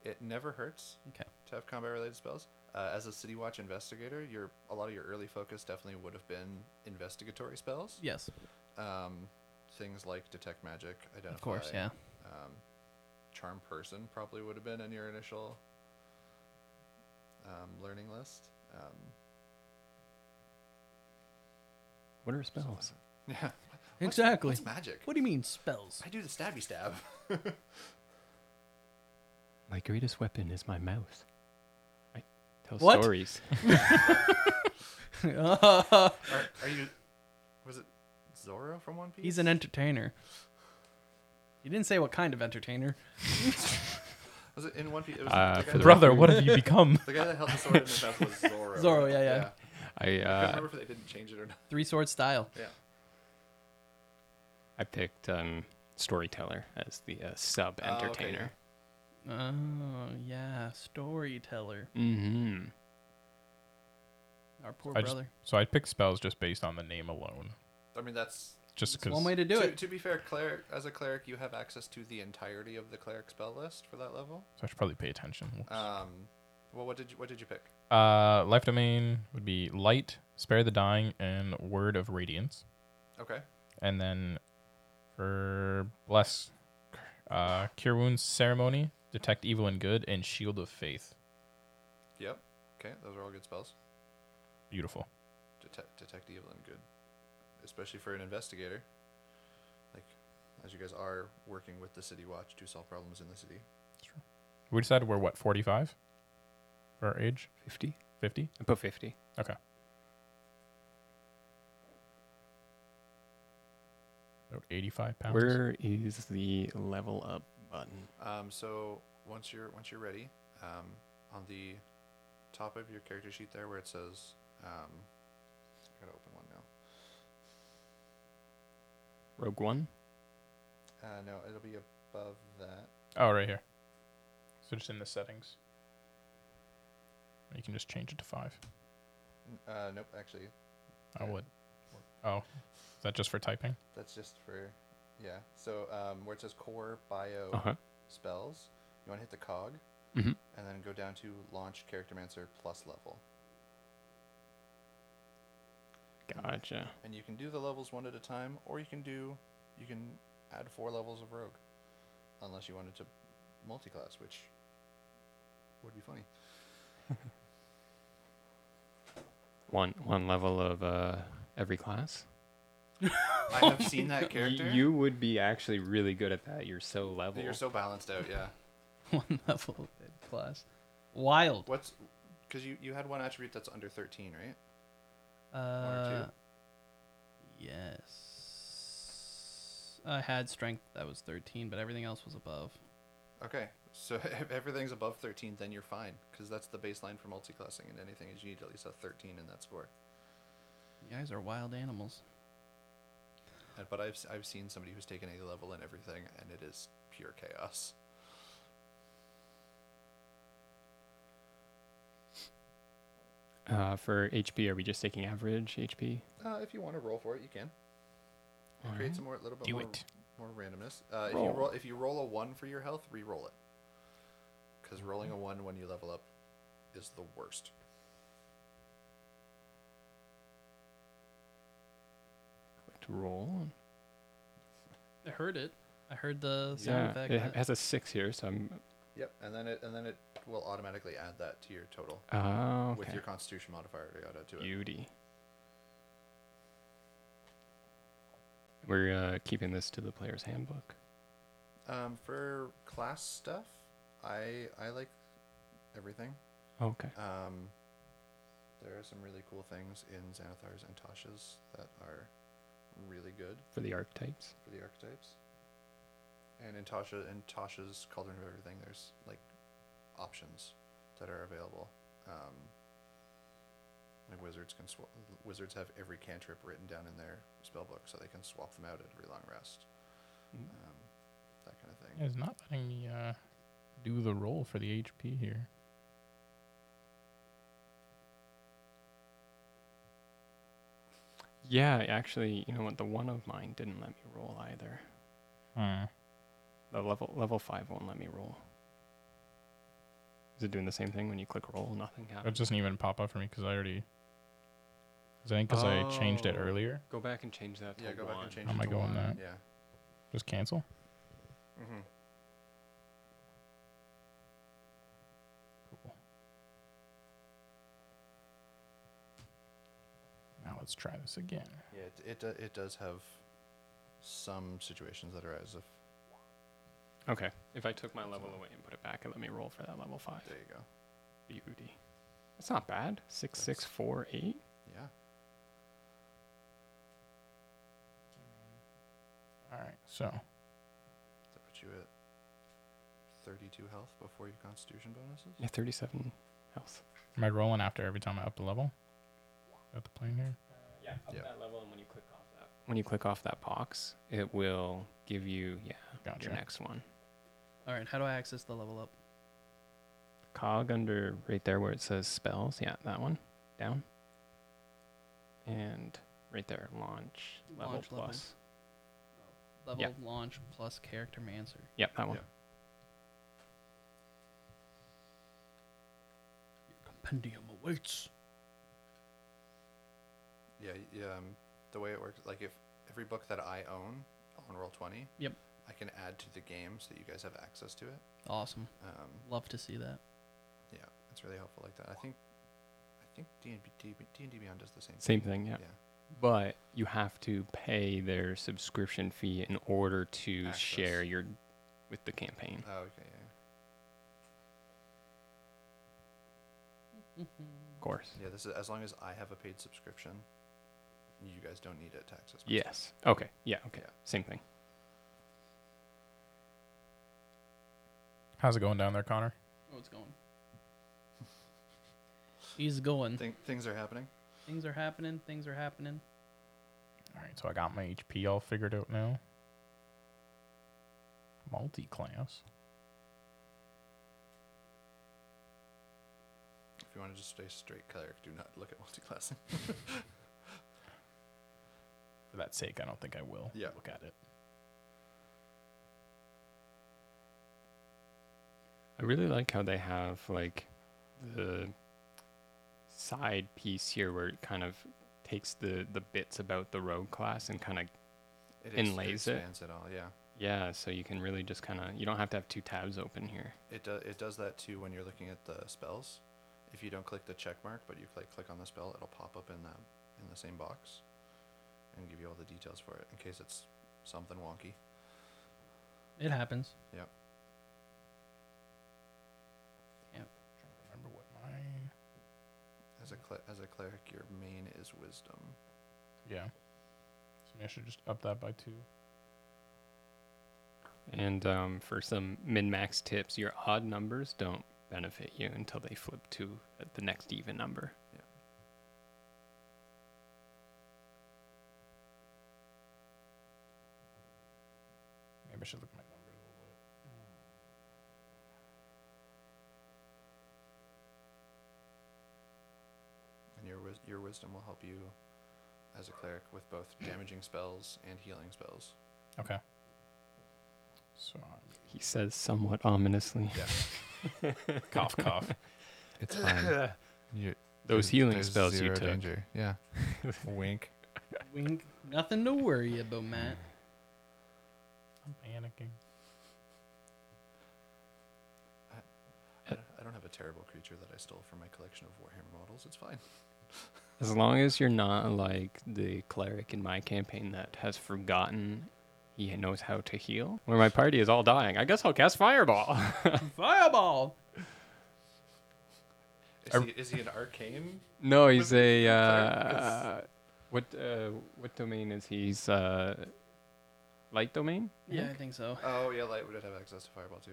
Speaker 5: it never hurts
Speaker 1: okay.
Speaker 5: to have combat related spells. Uh, as a City Watch investigator, your a lot of your early focus definitely would have been investigatory spells.
Speaker 1: Yes.
Speaker 5: Um, things like detect magic, identify.
Speaker 1: Of course. Yeah.
Speaker 5: um, charm person probably would have been in your initial um, learning list. Um,
Speaker 4: what are spells?
Speaker 5: yeah,
Speaker 1: Exactly.
Speaker 5: What's magic?
Speaker 1: What do you mean spells?
Speaker 5: I do the stabby stab.
Speaker 4: My greatest weapon is my mouth. I Tell
Speaker 1: What?
Speaker 4: stories.
Speaker 5: Are, are you? Was it Zoro from One Piece?
Speaker 1: He's an entertainer. You didn't say what kind of entertainer.
Speaker 5: Was it in One Piece? It was
Speaker 4: Uh,
Speaker 5: the,
Speaker 4: for
Speaker 5: guy
Speaker 4: the
Speaker 5: that,
Speaker 2: Brother, what have you become?
Speaker 5: the guy that held the sword in the best was Zoro.
Speaker 1: Zoro, yeah, yeah.
Speaker 4: I
Speaker 5: I
Speaker 4: uh,
Speaker 5: remember if they didn't change it or not.
Speaker 1: Three sword style.
Speaker 5: Yeah.
Speaker 4: I picked um, storyteller as the uh, sub
Speaker 5: Oh, okay,
Speaker 4: entertainer.
Speaker 1: Oh yeah, storyteller.
Speaker 4: Mm-hmm.
Speaker 1: Our poor
Speaker 2: I just,
Speaker 1: brother.
Speaker 2: so I picked spells just based on the name alone,
Speaker 5: I mean, that's.
Speaker 2: just
Speaker 1: It's
Speaker 2: because.
Speaker 1: one way to do
Speaker 5: to,
Speaker 1: it.
Speaker 5: to be fair, cleric as a cleric, you have access to the entirety of the cleric spell list for that level.
Speaker 2: so I should probably pay attention. Whoops.
Speaker 5: Um, well, what did you what did you pick?
Speaker 2: Uh, life domain would be light, spare the dying, and word of radiance.
Speaker 5: Okay.
Speaker 2: And then for bless, uh, cure wounds ceremony, detect evil and good, and shield of faith.
Speaker 5: Yep. Okay, those are all good spells.
Speaker 2: Beautiful.
Speaker 5: Detect, detect evil and good, especially for an investigator. Like, as you guys are working with the city watch to solve problems in the city.
Speaker 2: We decided we're what forty five for our age,
Speaker 4: Fifty.
Speaker 2: fifty.
Speaker 4: I put fifty.
Speaker 2: Okay. About eighty-five pounds.
Speaker 4: Where is the level up button?
Speaker 5: Um, so once you're once you're ready, um, on the top of your character sheet there, where it says, um, I gotta open one now.
Speaker 4: Rogue One.
Speaker 5: Uh, no, it'll be above that.
Speaker 2: Oh, right here. So just in the settings, you can just change it to five.
Speaker 5: N- Uh, nope, actually,
Speaker 2: I would. Oh, is that just for typing?
Speaker 5: that's just for, yeah. So um, where it says core bio
Speaker 4: Uh huh.
Speaker 5: spells, you want to hit the cog,
Speaker 4: Mhm.
Speaker 5: and then go down to launch character mancer plus level.
Speaker 4: Gotcha.
Speaker 5: and you can do the levels one at a time, or you can do, you can add four levels of rogue, unless you wanted to multi-class, which would be funny.
Speaker 4: One one level of uh, every class.
Speaker 5: I have seen that
Speaker 4: Y-
Speaker 5: character.
Speaker 4: You would be actually really good at that. You're so level.
Speaker 5: You're so balanced out, yeah.
Speaker 1: one level of it class. Wild.
Speaker 5: What's, because you you had one attribute that's under thirteen, right?
Speaker 1: Uh,
Speaker 5: two?
Speaker 1: yes. I had strength that was 13, but everything else was above.
Speaker 5: Okay, so if everything's above thirteen, then you're fine, because that's the baseline for multi-classing and anything is you need at least a thirteen in that score.
Speaker 1: You guys are wild animals.
Speaker 5: Uh, But I've s- I've seen somebody who's taken a level in everything, and it is pure chaos.
Speaker 4: Uh, for HP, are we just taking average HP?
Speaker 5: Uh, if you want to roll for it, you can. It creates a more, little bit
Speaker 2: Do
Speaker 5: more,
Speaker 2: it.
Speaker 5: more randomness. Uh, if you roll, if you roll a one for your health, re-roll it. Because rolling a one when you level up is the worst.
Speaker 4: To roll.
Speaker 1: I heard it. I heard the
Speaker 4: yeah,
Speaker 1: sound
Speaker 4: it
Speaker 1: effect.
Speaker 4: has a six here, so I'm.
Speaker 5: Yep, and then it and then it will automatically add that to your total
Speaker 4: Oh, okay.
Speaker 5: with your Constitution modifier added to it.
Speaker 4: beauty. We're uh, keeping this to the player's handbook.
Speaker 5: Um, for class stuff, I I like everything.
Speaker 4: Okay.
Speaker 5: Um, there are some really cool things in Xanathar's and Tasha's that are really good.
Speaker 4: For the archetypes.
Speaker 5: for the archetypes. And in Tasha in Tasha's Cauldron of Everything, there's like options that are available. Um, like wizards can swap. Wizards have every cantrip written down in their spellbook, so they can swap them out at every long rest.
Speaker 4: Mm.
Speaker 5: Um, that kind of
Speaker 2: Yeah,
Speaker 5: thing.
Speaker 2: It's not letting me uh, do the roll for the HP here.
Speaker 4: Yeah, actually, you know what? The one of mine didn't let me roll either.
Speaker 2: Hmm.
Speaker 4: The level level five won't let me roll. Is it doing the same thing when you click roll? Nothing
Speaker 2: That
Speaker 4: happens.
Speaker 2: doesn't even pop up for me because I already. Cause I think because I changed it
Speaker 4: Oh.
Speaker 2: earlier.
Speaker 4: Go back and change that. To
Speaker 5: Yeah, go back
Speaker 4: one.
Speaker 5: and change
Speaker 2: How am I
Speaker 5: it. to
Speaker 2: going
Speaker 5: one.
Speaker 2: that?
Speaker 5: Yeah.
Speaker 2: Just cancel.
Speaker 5: Mm-hmm.
Speaker 2: Cool. Now let's try this again.
Speaker 5: Yeah, it it, do- it does have some situations that are as if
Speaker 4: Okay. If I took my level away and put it back, it let me roll for that level five.
Speaker 5: there you go.
Speaker 4: Beauty. That's not bad. Six six four eight.
Speaker 5: Yeah.
Speaker 2: All right. So
Speaker 5: Does that put you at 32 health before your constitution bonuses?
Speaker 4: Yeah, thirty seven health.
Speaker 2: am I rolling after every time I up the level? Up the plane here.
Speaker 4: Yeah,
Speaker 5: up Yeah. that
Speaker 4: level, and when you click off that, when you click off that box, it will give you yeah
Speaker 2: Gotcha.
Speaker 4: your next one.
Speaker 1: All right, how do I access the level up?
Speaker 4: Cog under right there where it says spells. Yeah, that one down. And right there, launch level
Speaker 1: Launch level.
Speaker 4: plus.
Speaker 1: Level
Speaker 4: Yeah.
Speaker 1: launch plus character mancer.
Speaker 4: Yep, that one.
Speaker 5: Yeah.
Speaker 1: Compendium awaits.
Speaker 5: Yeah, y- yeah. Um, the way it works, like if every book that I own on roll twenty,
Speaker 1: Yep.
Speaker 5: I can add to the game so that you guys have access to it.
Speaker 1: Awesome.
Speaker 5: Um,
Speaker 1: Love to see that.
Speaker 5: yeah, it's really helpful like that. I think, I think D and D D and D Beyond does the same.
Speaker 4: Same thing, yeah.
Speaker 5: Yeah.
Speaker 4: But you have to pay their subscription fee in order to
Speaker 5: Access.
Speaker 4: share your with the campaign.
Speaker 5: Oh, okay. Yeah.
Speaker 4: Of course.
Speaker 5: Yeah. This is as long as I have a paid subscription, you guys don't need it to access. my stuff.
Speaker 4: Yes. Okay. Yeah. Okay.
Speaker 5: Yeah.
Speaker 4: Same thing.
Speaker 2: How's it going down there, Connor?
Speaker 1: Oh, it's going. He's
Speaker 4: Mm-hmm.
Speaker 1: going.
Speaker 5: Thing, things are happening.
Speaker 1: Things are happening. Things are happening.
Speaker 2: All right. So I got my HP all figured out now. Multi-class.
Speaker 5: If you want to just stay straight cleric, do not look at multiclassing.
Speaker 2: For that sake, I don't think I will.
Speaker 5: Yeah.
Speaker 2: Look at it.
Speaker 4: I really like how they have like the side piece here where it kind of takes the the bits about the rogue class and kind of
Speaker 5: It
Speaker 4: Inlays it.
Speaker 5: expands it all. Yeah.
Speaker 4: yeah, so you can really just kind of you don't have to have two tabs open here.
Speaker 5: It does. It does that too when you're looking at the spells. If you don't click the check mark, but you click click on the spell, it'll pop up in the in the same box, and give you all the details for it in case it's something wonky.
Speaker 1: It happens.
Speaker 5: Yep.
Speaker 2: Trying to remember what my
Speaker 5: As a cle as a cleric, your main is wisdom.
Speaker 2: yeah. So maybe I should just up that by two.
Speaker 4: And um, for some min max tips, your odd numbers don't benefit you until they flip to the next even number.
Speaker 2: Maybe I should look at my numbers a little bit.
Speaker 5: And your wis- your wisdom will help you as a cleric with both damaging spells and healing spells.
Speaker 2: Okay. So I'm-
Speaker 4: He says somewhat ominously.
Speaker 2: cough cough.
Speaker 5: It's fine.
Speaker 4: Those healing spells you took.
Speaker 5: Yeah. Wink.
Speaker 1: Wink. Nothing to worry about, Matt.
Speaker 2: I'm panicking.
Speaker 5: I don't, I don't have a terrible creature that I stole from my collection of Warhammer models. It's fine.
Speaker 4: As long as you're not like the cleric in my campaign that has forgotten he knows how to heal, where my party is all dying, I guess I'll cast Fireball.
Speaker 1: Fireball.
Speaker 5: Is,
Speaker 4: I-
Speaker 5: he, is he an arcane?
Speaker 4: no, he's a.
Speaker 5: Cleric is-
Speaker 4: Uh, what uh, what domain is he? He's uh, light domain. I
Speaker 1: Yeah, I
Speaker 4: think?
Speaker 1: think so.
Speaker 5: Oh yeah, light would have access to fireball too.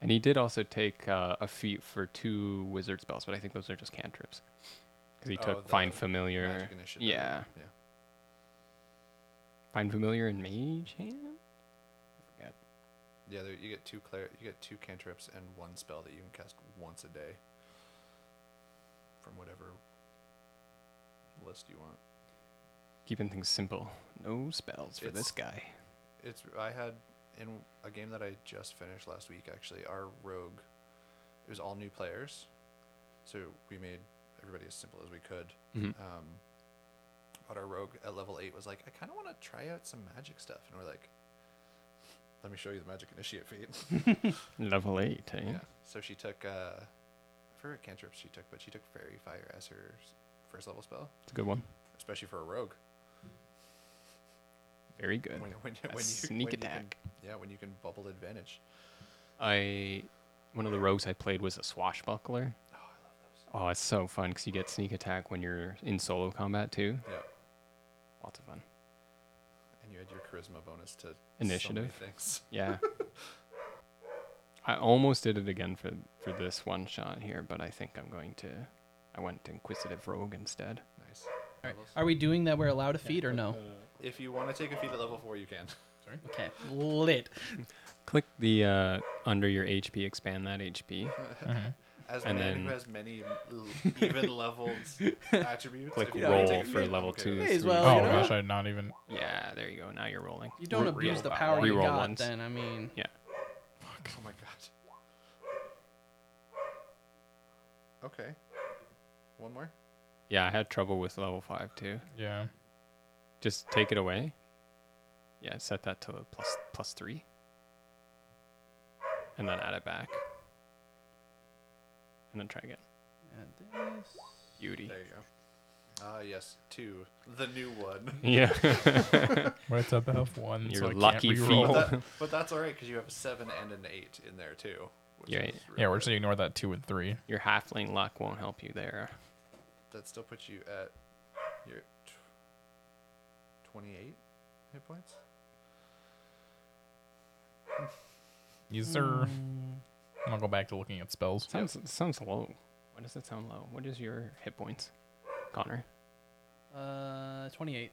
Speaker 4: And he did also take uh, a feat for two wizard spells, but I think those are just cantrips. Because he
Speaker 5: Oh,
Speaker 4: took
Speaker 5: the
Speaker 4: Find Familiar,
Speaker 5: Magic initiative.
Speaker 4: yeah,
Speaker 5: Yeah.
Speaker 4: Find Familiar and Mage Hand.
Speaker 5: Yeah, there, you get two cler- you get two cantrips and one spell that you can cast once a day from whatever list you want.
Speaker 4: Keeping things simple. No spells for this
Speaker 5: It's-
Speaker 4: guy.
Speaker 5: It's I had in a game that I just finished last week actually, our rogue it was all new players. So we made everybody as simple as we could.
Speaker 4: Mhm.
Speaker 5: Um, but our rogue at level 8 was like, I kind of want to try out some magic stuff. And we're like, let me show you the magic initiate feat.
Speaker 4: Level eight, eh?
Speaker 5: Yeah. So she took uh, I forget what cantrip she took, but she took fairy fire as her s- first level spell,
Speaker 4: It's a good one.
Speaker 5: especially for a rogue.
Speaker 4: Very good.
Speaker 5: When, when,
Speaker 4: A
Speaker 5: when you
Speaker 4: sneak
Speaker 5: when you can-
Speaker 4: attack.
Speaker 5: yeah, when you can bubble advantage.
Speaker 4: I one of the rogues I played was a swashbuckler.
Speaker 5: Oh, I love those.
Speaker 4: Oh, it's so fun because you get sneak attack when you're in solo combat too.
Speaker 5: Yeah.
Speaker 4: Lots of fun.
Speaker 5: And you had your charisma bonus to so many
Speaker 4: Initiative.
Speaker 5: things.
Speaker 4: Yeah. I almost did it again for for this one shot here, but I think I'm going to. I went Inquisitive Rogue instead.
Speaker 5: Nice.
Speaker 1: All right. Are we doing that? We're allowed a feat or no?
Speaker 5: If you want to take a feat at level four, you can.
Speaker 1: Okay, lit.
Speaker 4: Click the uh, under your HP, expand that HP.
Speaker 5: As and
Speaker 4: And then-
Speaker 5: who has many l- even leveled attributes.
Speaker 4: Click
Speaker 5: if you wanna
Speaker 4: roll
Speaker 5: take a
Speaker 4: for
Speaker 5: feat,
Speaker 4: level
Speaker 5: okay.
Speaker 4: two.
Speaker 1: May as
Speaker 4: three.
Speaker 1: well,
Speaker 2: Oh
Speaker 1: you know?
Speaker 2: gosh, I not even.
Speaker 4: Yeah, there you go. Now you're rolling.
Speaker 1: You don't
Speaker 4: Re-
Speaker 1: abuse the
Speaker 4: reroll
Speaker 1: power
Speaker 4: that
Speaker 1: you
Speaker 4: one. Reroll
Speaker 1: got.
Speaker 4: once.
Speaker 1: Then I mean,
Speaker 4: Yeah.
Speaker 5: Oh my god. Okay. One more.
Speaker 4: Yeah, I had trouble with level five too.
Speaker 2: Yeah.
Speaker 4: Just take it away. Yeah, set that to the plus plus three, and then add it back, and then try again.
Speaker 1: add this.
Speaker 4: Beauty.
Speaker 5: There you go. Ah yes, two. The new one.
Speaker 4: Yeah.
Speaker 2: Where it's above one,
Speaker 4: Your
Speaker 2: so I can't
Speaker 4: lucky
Speaker 2: re-roll.
Speaker 5: But,
Speaker 4: feet.
Speaker 5: that, but that's all right because you have a seven and an eight in there too. Which
Speaker 4: Yeah,
Speaker 5: is
Speaker 4: yeah,
Speaker 5: really
Speaker 2: Yeah, we're
Speaker 5: good.
Speaker 2: just gonna ignore that two and three.
Speaker 4: Your halfling luck won't help you there.
Speaker 5: That still puts you at your t- twenty-eight hit points.
Speaker 2: Yes, sir. I'm gonna go back to looking at spells.
Speaker 4: Sounds sounds low. Why does it sound low? What is your hit points, Connor?
Speaker 1: Uh, twenty-eight.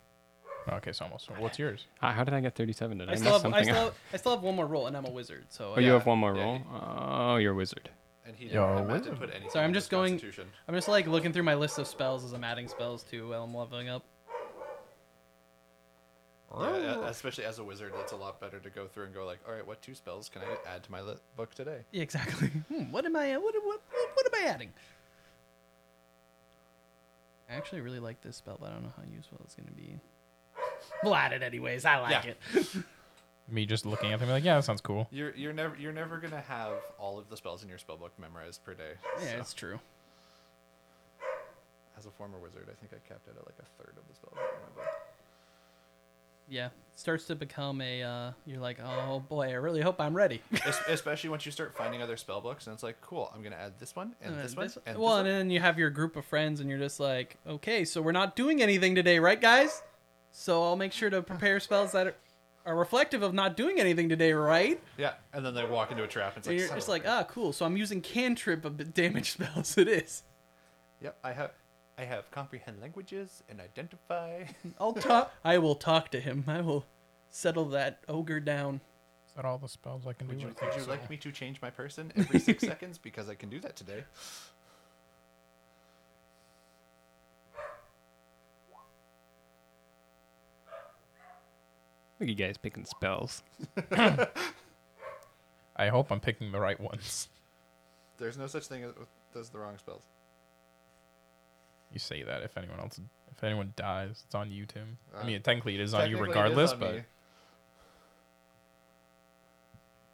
Speaker 2: Okay, so almost. What's yours?
Speaker 4: How, how did I get 37? Did I,
Speaker 1: I
Speaker 4: miss
Speaker 1: still have, I
Speaker 4: something?
Speaker 1: still, have, I still have one more roll, and I'm a wizard. So
Speaker 4: oh, you
Speaker 1: yeah.
Speaker 4: have one more
Speaker 5: yeah,
Speaker 4: roll. Oh, you're a wizard.
Speaker 5: And he
Speaker 2: Yo,
Speaker 5: didn't, Matt didn't
Speaker 2: wizard.
Speaker 5: put anything.
Speaker 1: Sorry, I'm
Speaker 5: in
Speaker 1: just
Speaker 5: his
Speaker 1: going-
Speaker 5: Constitution.
Speaker 1: I'm just like looking through my list of spells as I'm adding spells to while I'm leveling up.
Speaker 5: Yeah,
Speaker 1: Oh.
Speaker 5: a- especially as a wizard, it's a lot better to go through and go like, all right, what two spells can I add to my lit book today?
Speaker 1: Yeah, exactly. Hmm, what am I? What, what what what am I adding? I actually really like this spell, but I don't know how useful it's gonna be. We'll add it anyways. I like
Speaker 5: Yeah.
Speaker 1: it.
Speaker 2: Me just looking at them like, yeah, that sounds cool.
Speaker 5: You're you're never you're never gonna have all of the spells in your spellbook memorized per day.
Speaker 1: Yeah, it's true.
Speaker 5: As a former wizard, I think I capped out at like a third of the spells in my book.
Speaker 1: Yeah, it starts to become a. Uh, you're like, oh boy, I really hope I'm ready.
Speaker 5: Es- especially once you start finding other spell books, and it's like, cool, I'm gonna add this one and,
Speaker 1: And
Speaker 5: this one
Speaker 1: this-
Speaker 5: and
Speaker 1: well,
Speaker 5: this
Speaker 1: and then you have your group of friends, and you're just like, okay, so we're not doing anything today, right, guys? So I'll make sure to prepare spells that are, are reflective of not doing anything today, right?
Speaker 5: one. yeah. And then they walk into a trap. And it's
Speaker 1: and
Speaker 5: like,
Speaker 1: you're
Speaker 5: "Son
Speaker 1: just
Speaker 5: of a
Speaker 1: like,
Speaker 5: bitch."
Speaker 1: ah, cool. So I'm using cantrip of the damage spells. It is. "Ah."
Speaker 5: yep, I have. I have comprehend languages and identify.
Speaker 1: I'll talk. I will talk to him. I will settle that ogre down.
Speaker 2: Is that all the spells I can do?
Speaker 5: Would you,
Speaker 2: I think
Speaker 5: would you
Speaker 2: so.
Speaker 5: like me to change my person every six seconds because I can do that today?
Speaker 4: Look at you guys picking spells.
Speaker 2: I hope I'm picking the right ones.
Speaker 5: There's no such thing as does the wrong spells.
Speaker 2: You say that if anyone else, if anyone dies, it's on you, Tim. I
Speaker 5: Uh,
Speaker 2: mean, technically it is on you
Speaker 5: Technically, it is
Speaker 2: regardless,
Speaker 5: on
Speaker 2: but
Speaker 5: me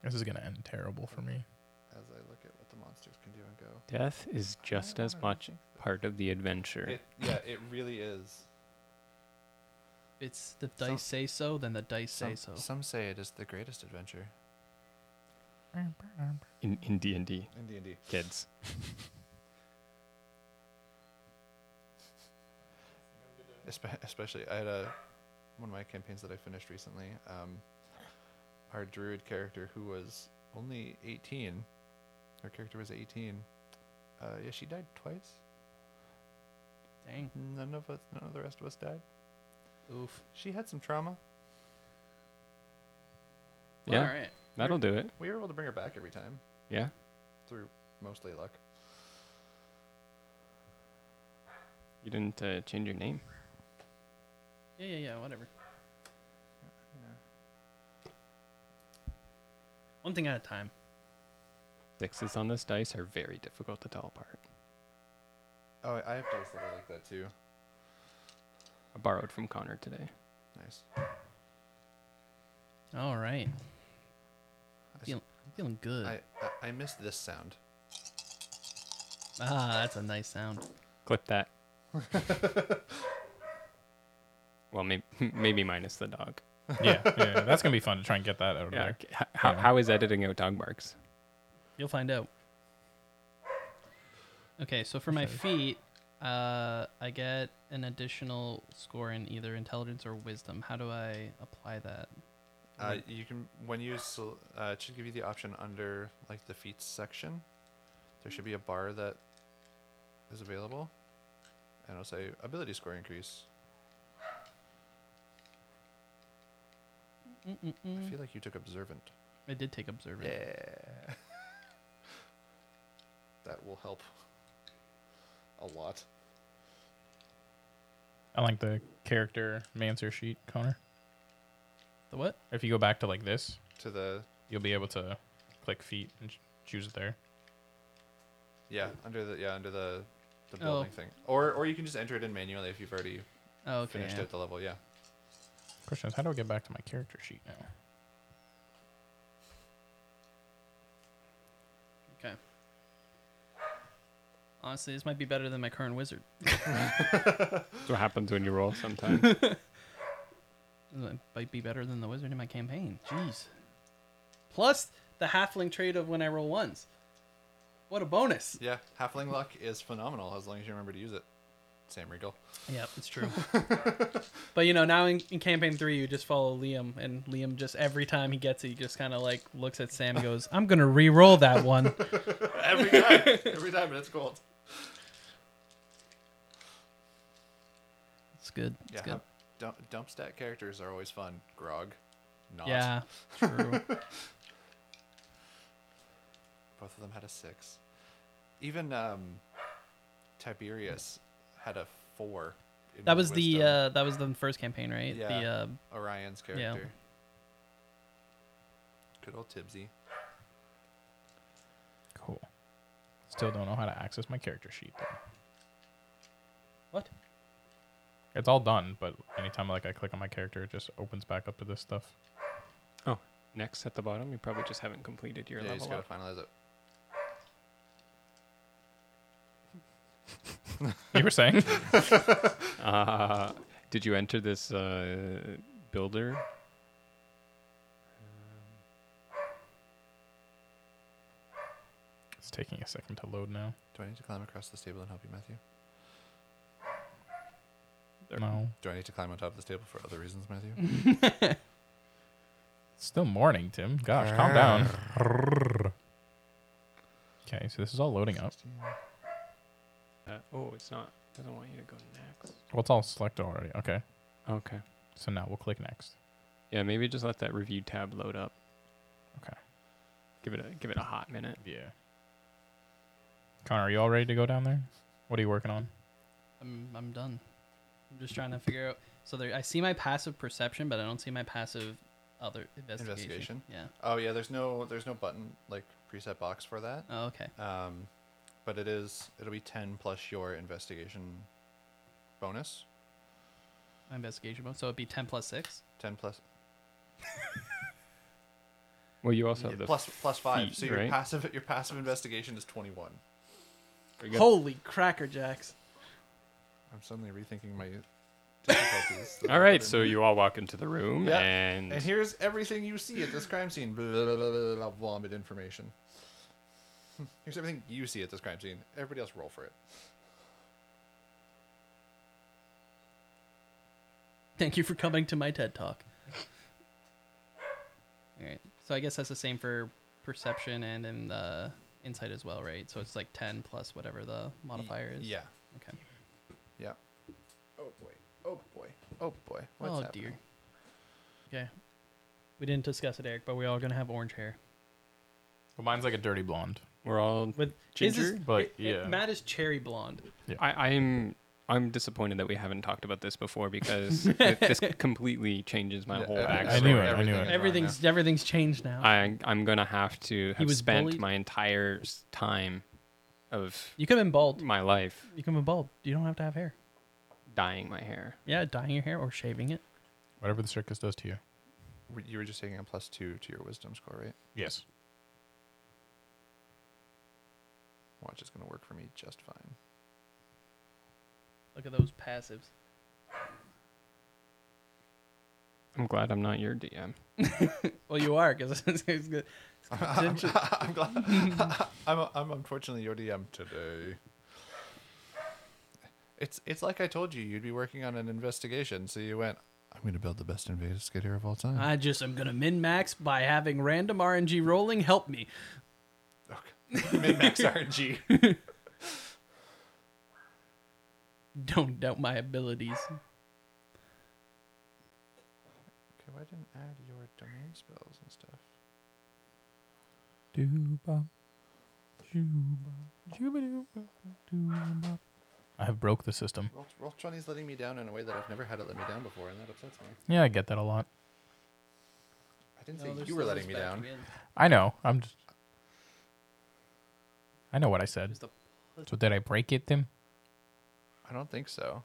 Speaker 2: this is gonna end terrible for me.
Speaker 5: as I look at what the monsters can do and go,
Speaker 4: Death is just as much part of the adventure.
Speaker 5: it, yeah, it really is.
Speaker 1: It's the dice say so, then the dice say so.
Speaker 5: Some, some say it is the greatest adventure
Speaker 4: in in D and D,
Speaker 5: in D and D.
Speaker 4: kids.
Speaker 5: Espe- especially I had a one of my campaigns that I finished recently. Um, our druid character, who was only eighteen, her character was eighteen. Uh, yeah, she died twice.
Speaker 1: Dang.
Speaker 5: None of us, none of the rest of us died.
Speaker 1: Oof.
Speaker 5: She had some trauma.
Speaker 4: Yeah,
Speaker 1: All right.
Speaker 4: that'll do it.
Speaker 5: We were able to bring her back every time
Speaker 4: Yeah.
Speaker 5: through mostly luck.
Speaker 4: You didn't uh, change your name.
Speaker 1: Yeah, yeah, yeah. Whatever. One thing at a time.
Speaker 4: Sixes on this dice are very difficult to tell apart.
Speaker 5: Oh, I I have dice that are like that too.
Speaker 4: I borrowed from Connor today.
Speaker 5: Nice.
Speaker 1: All right. Feel, I'm feeling good.
Speaker 5: I, I I missed this sound.
Speaker 1: ah, that's a nice sound.
Speaker 4: Clip that. well, maybe maybe minus the dog.
Speaker 2: yeah, yeah, that's gonna be fun to try and get that out of
Speaker 4: Yeah.
Speaker 2: there.
Speaker 4: h- How,
Speaker 2: Yeah.
Speaker 4: how is editing out dog barks?
Speaker 1: You'll find out. Okay, so for my feat, uh, I get an additional score in either intelligence or wisdom. How do I apply that?
Speaker 5: Uh,
Speaker 1: Mm-hmm.
Speaker 5: you can when you sel- uh, it should give you the option under like the feats section. There should be a bar that is available, and it'll say ability score increase. I feel like you took observant.
Speaker 1: I did take observant.
Speaker 5: Yeah. that will help a lot.
Speaker 2: I like the character Mancer sheet, Connor.
Speaker 1: The what?
Speaker 2: If you go back to like this,
Speaker 5: To the
Speaker 2: you'll be able to click feet and ch- choose it there.
Speaker 5: yeah under the yeah under the the
Speaker 1: Oh.
Speaker 5: building thing, or or you can just enter it in manually if you've already
Speaker 1: Oh, okay.
Speaker 5: finished
Speaker 1: yeah.
Speaker 5: out the level. Yeah.
Speaker 2: Question is, how do I get back to my character sheet now?
Speaker 1: Okay. Honestly, this might be better than my current wizard.
Speaker 4: That's what happens when you roll sometimes.
Speaker 1: This might be better than the wizard in my campaign. Jeez. Plus the halfling trait of when I roll ones. What a bonus.
Speaker 5: Yeah, halfling luck is phenomenal as long as you remember to use it. Sam Regal.
Speaker 1: Yeah, it's true. but you know, now in, in campaign three, you just follow Liam, and Liam just every time he gets it, he just kind of like looks at Sam, and goes, "I'm gonna re-roll that one."
Speaker 5: Every time, every time, and it's gold.
Speaker 1: It's good. It's
Speaker 5: Yeah,
Speaker 1: good.
Speaker 5: dump, dump stat characters are always fun. Grog, not.
Speaker 1: Yeah, true.
Speaker 5: both of them had a six. Even um, Tiberius had a four. in
Speaker 1: that was the
Speaker 5: wisdom,
Speaker 1: uh, that was the first campaign, right? The
Speaker 5: Yeah.
Speaker 1: uh,
Speaker 5: Orion's character. Good old Tibbsy.
Speaker 2: Cool. Still don't know how to access my character sheet. Though.
Speaker 1: what?
Speaker 2: It's all done, but anytime like I click on my character, it just opens back up to this stuff.
Speaker 4: oh, next at the bottom, you probably just haven't completed your
Speaker 5: Yeah, you just
Speaker 4: level
Speaker 5: gotta
Speaker 4: up.
Speaker 5: finalize it.
Speaker 2: You were saying?
Speaker 4: Uh, did you enter this uh, builder?
Speaker 2: it's taking a second to load now.
Speaker 5: Do I need to climb across this table and help you, Matthew?
Speaker 2: No.
Speaker 5: Do I need to climb on top of this table for other reasons, Matthew?
Speaker 2: It's still morning, Tim. Gosh, calm down. Okay, so this is all loading up.
Speaker 4: Uh, oh, it's not. Doesn't want you to go next.
Speaker 2: Well, it's all selected already. Okay,
Speaker 4: Okay.
Speaker 2: so now we'll click next.
Speaker 4: Yeah, maybe just let that review tab load up.
Speaker 2: Okay.
Speaker 4: Give it a give it a hot minute.
Speaker 2: Yeah. Connor, are you all ready to go down there? What are you working on?
Speaker 1: I'm I'm done. I'm just trying to figure out. So there, I see my passive perception, but I don't see my passive other investigation.
Speaker 5: Investigation?
Speaker 1: Yeah.
Speaker 5: Oh yeah, there's no there's no button like preset box for that.
Speaker 1: Oh, okay.
Speaker 5: Um, but it is it'll be ten plus your investigation bonus.
Speaker 1: My investigation bonus. So it'd be ten plus six.
Speaker 5: Ten plus
Speaker 4: Well, you also have the
Speaker 5: plus plus five. so
Speaker 4: feet,
Speaker 5: your
Speaker 4: right?
Speaker 5: passive your passive investigation is twenty one.
Speaker 4: you got-
Speaker 1: Holy cracker jacks!
Speaker 5: I'm suddenly rethinking my difficulties. that I
Speaker 4: All right,
Speaker 5: put in.
Speaker 4: so you all walk into the room
Speaker 5: Yeah.
Speaker 4: and,
Speaker 5: and here's everything you see at this crime scene. Blah, blah, blah, blah, blah, vomit information. Here's everything you see at this crime scene. Everybody else roll for it.
Speaker 1: Thank you for coming to my TED talk. All right. So I guess that's the same for perception and in the insight as well, right? So it's like 10 plus whatever the modifier is.
Speaker 5: Yeah.
Speaker 1: Okay.
Speaker 5: Yeah. Oh boy. Oh boy. Oh boy. What's
Speaker 1: oh
Speaker 5: happening?
Speaker 1: dear. Okay. We didn't discuss it, Eric, but we all gonna have orange hair.
Speaker 2: Well, mine's like a dirty blonde.
Speaker 4: we're all.
Speaker 1: With
Speaker 4: his is-
Speaker 2: Ginger? But, it- it- yeah.
Speaker 1: Matt is cherry blonde.
Speaker 4: I, I'm I'm disappointed that we haven't talked about this before because it, this completely changes my
Speaker 5: Yeah,
Speaker 4: whole
Speaker 5: e-
Speaker 4: backstory.
Speaker 2: I knew it, I
Speaker 5: everything
Speaker 2: knew it.
Speaker 5: is wrong now.
Speaker 1: Everything's everything's changed now.
Speaker 4: I, I'm gonna have to have
Speaker 1: was
Speaker 4: spent
Speaker 1: bullied?
Speaker 4: my entire s- time of
Speaker 1: you could have been bald.
Speaker 4: my life
Speaker 1: You can have been bald. You don't have to have hair.
Speaker 4: dyeing my hair.
Speaker 1: Yeah, dyeing your hair or shaving it.
Speaker 2: Whatever the circus does to you.
Speaker 5: W- You were just taking a plus two to your wisdom score, right?
Speaker 2: Yes.
Speaker 5: Watch is going to work for me just fine.
Speaker 1: Look at those passives.
Speaker 4: I'm glad I'm not your DM.
Speaker 1: Well, you are because it's, it's good.
Speaker 5: I'm glad. I'm, I'm unfortunately your DM today. It's it's like I told you, you'd be working on an investigation, so you went. I'm going to build the best investigator of all time.
Speaker 1: I just am gonna min max by having random RNG rolling help me.
Speaker 5: Min-max RNG.
Speaker 1: Don't doubt my abilities.
Speaker 5: Okay, why didn't I add your domain spells and stuff?
Speaker 2: I have broke the system.
Speaker 5: Roll, roll 20 is letting me down in a way that I've never had it let me down before, and that upsets me.
Speaker 2: Yeah, I get that a lot.
Speaker 5: I didn't say you were letting me down.
Speaker 2: I know. I'm just. I know what I said. So did I break it, Tim?
Speaker 5: I don't think so.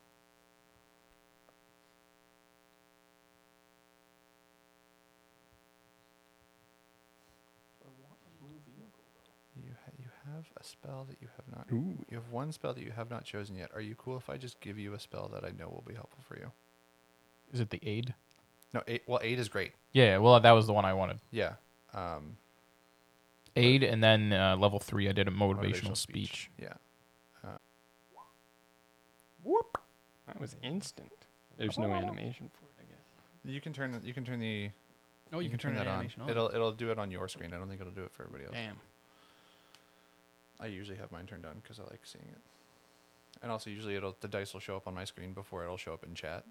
Speaker 5: You ha- you have a spell that you have not. You have one spell that you have not chosen yet. Are you cool if I just give you a spell that I know will be helpful for you?
Speaker 2: Is it the aid?
Speaker 5: No, eight. Well, eight is great.
Speaker 2: Yeah. Well, that was the one I wanted.
Speaker 5: Yeah. Um,
Speaker 2: Aid, and then uh, level three, I did a motivational,
Speaker 5: motivational
Speaker 2: speech.
Speaker 5: Yeah.
Speaker 4: That was instant. There's
Speaker 5: Oh.
Speaker 4: no animation for it, I guess.
Speaker 5: You can turn. You can turn the.
Speaker 1: Oh, you, can, turn, that
Speaker 5: that
Speaker 1: animation on.
Speaker 5: on. It'll it'll do it on your screen. I don't think it'll do it for everybody else.
Speaker 4: Damn.
Speaker 5: I usually have mine turned on because I like seeing it. And also, usually it'll the dice will show up on my screen before it'll show up in chat,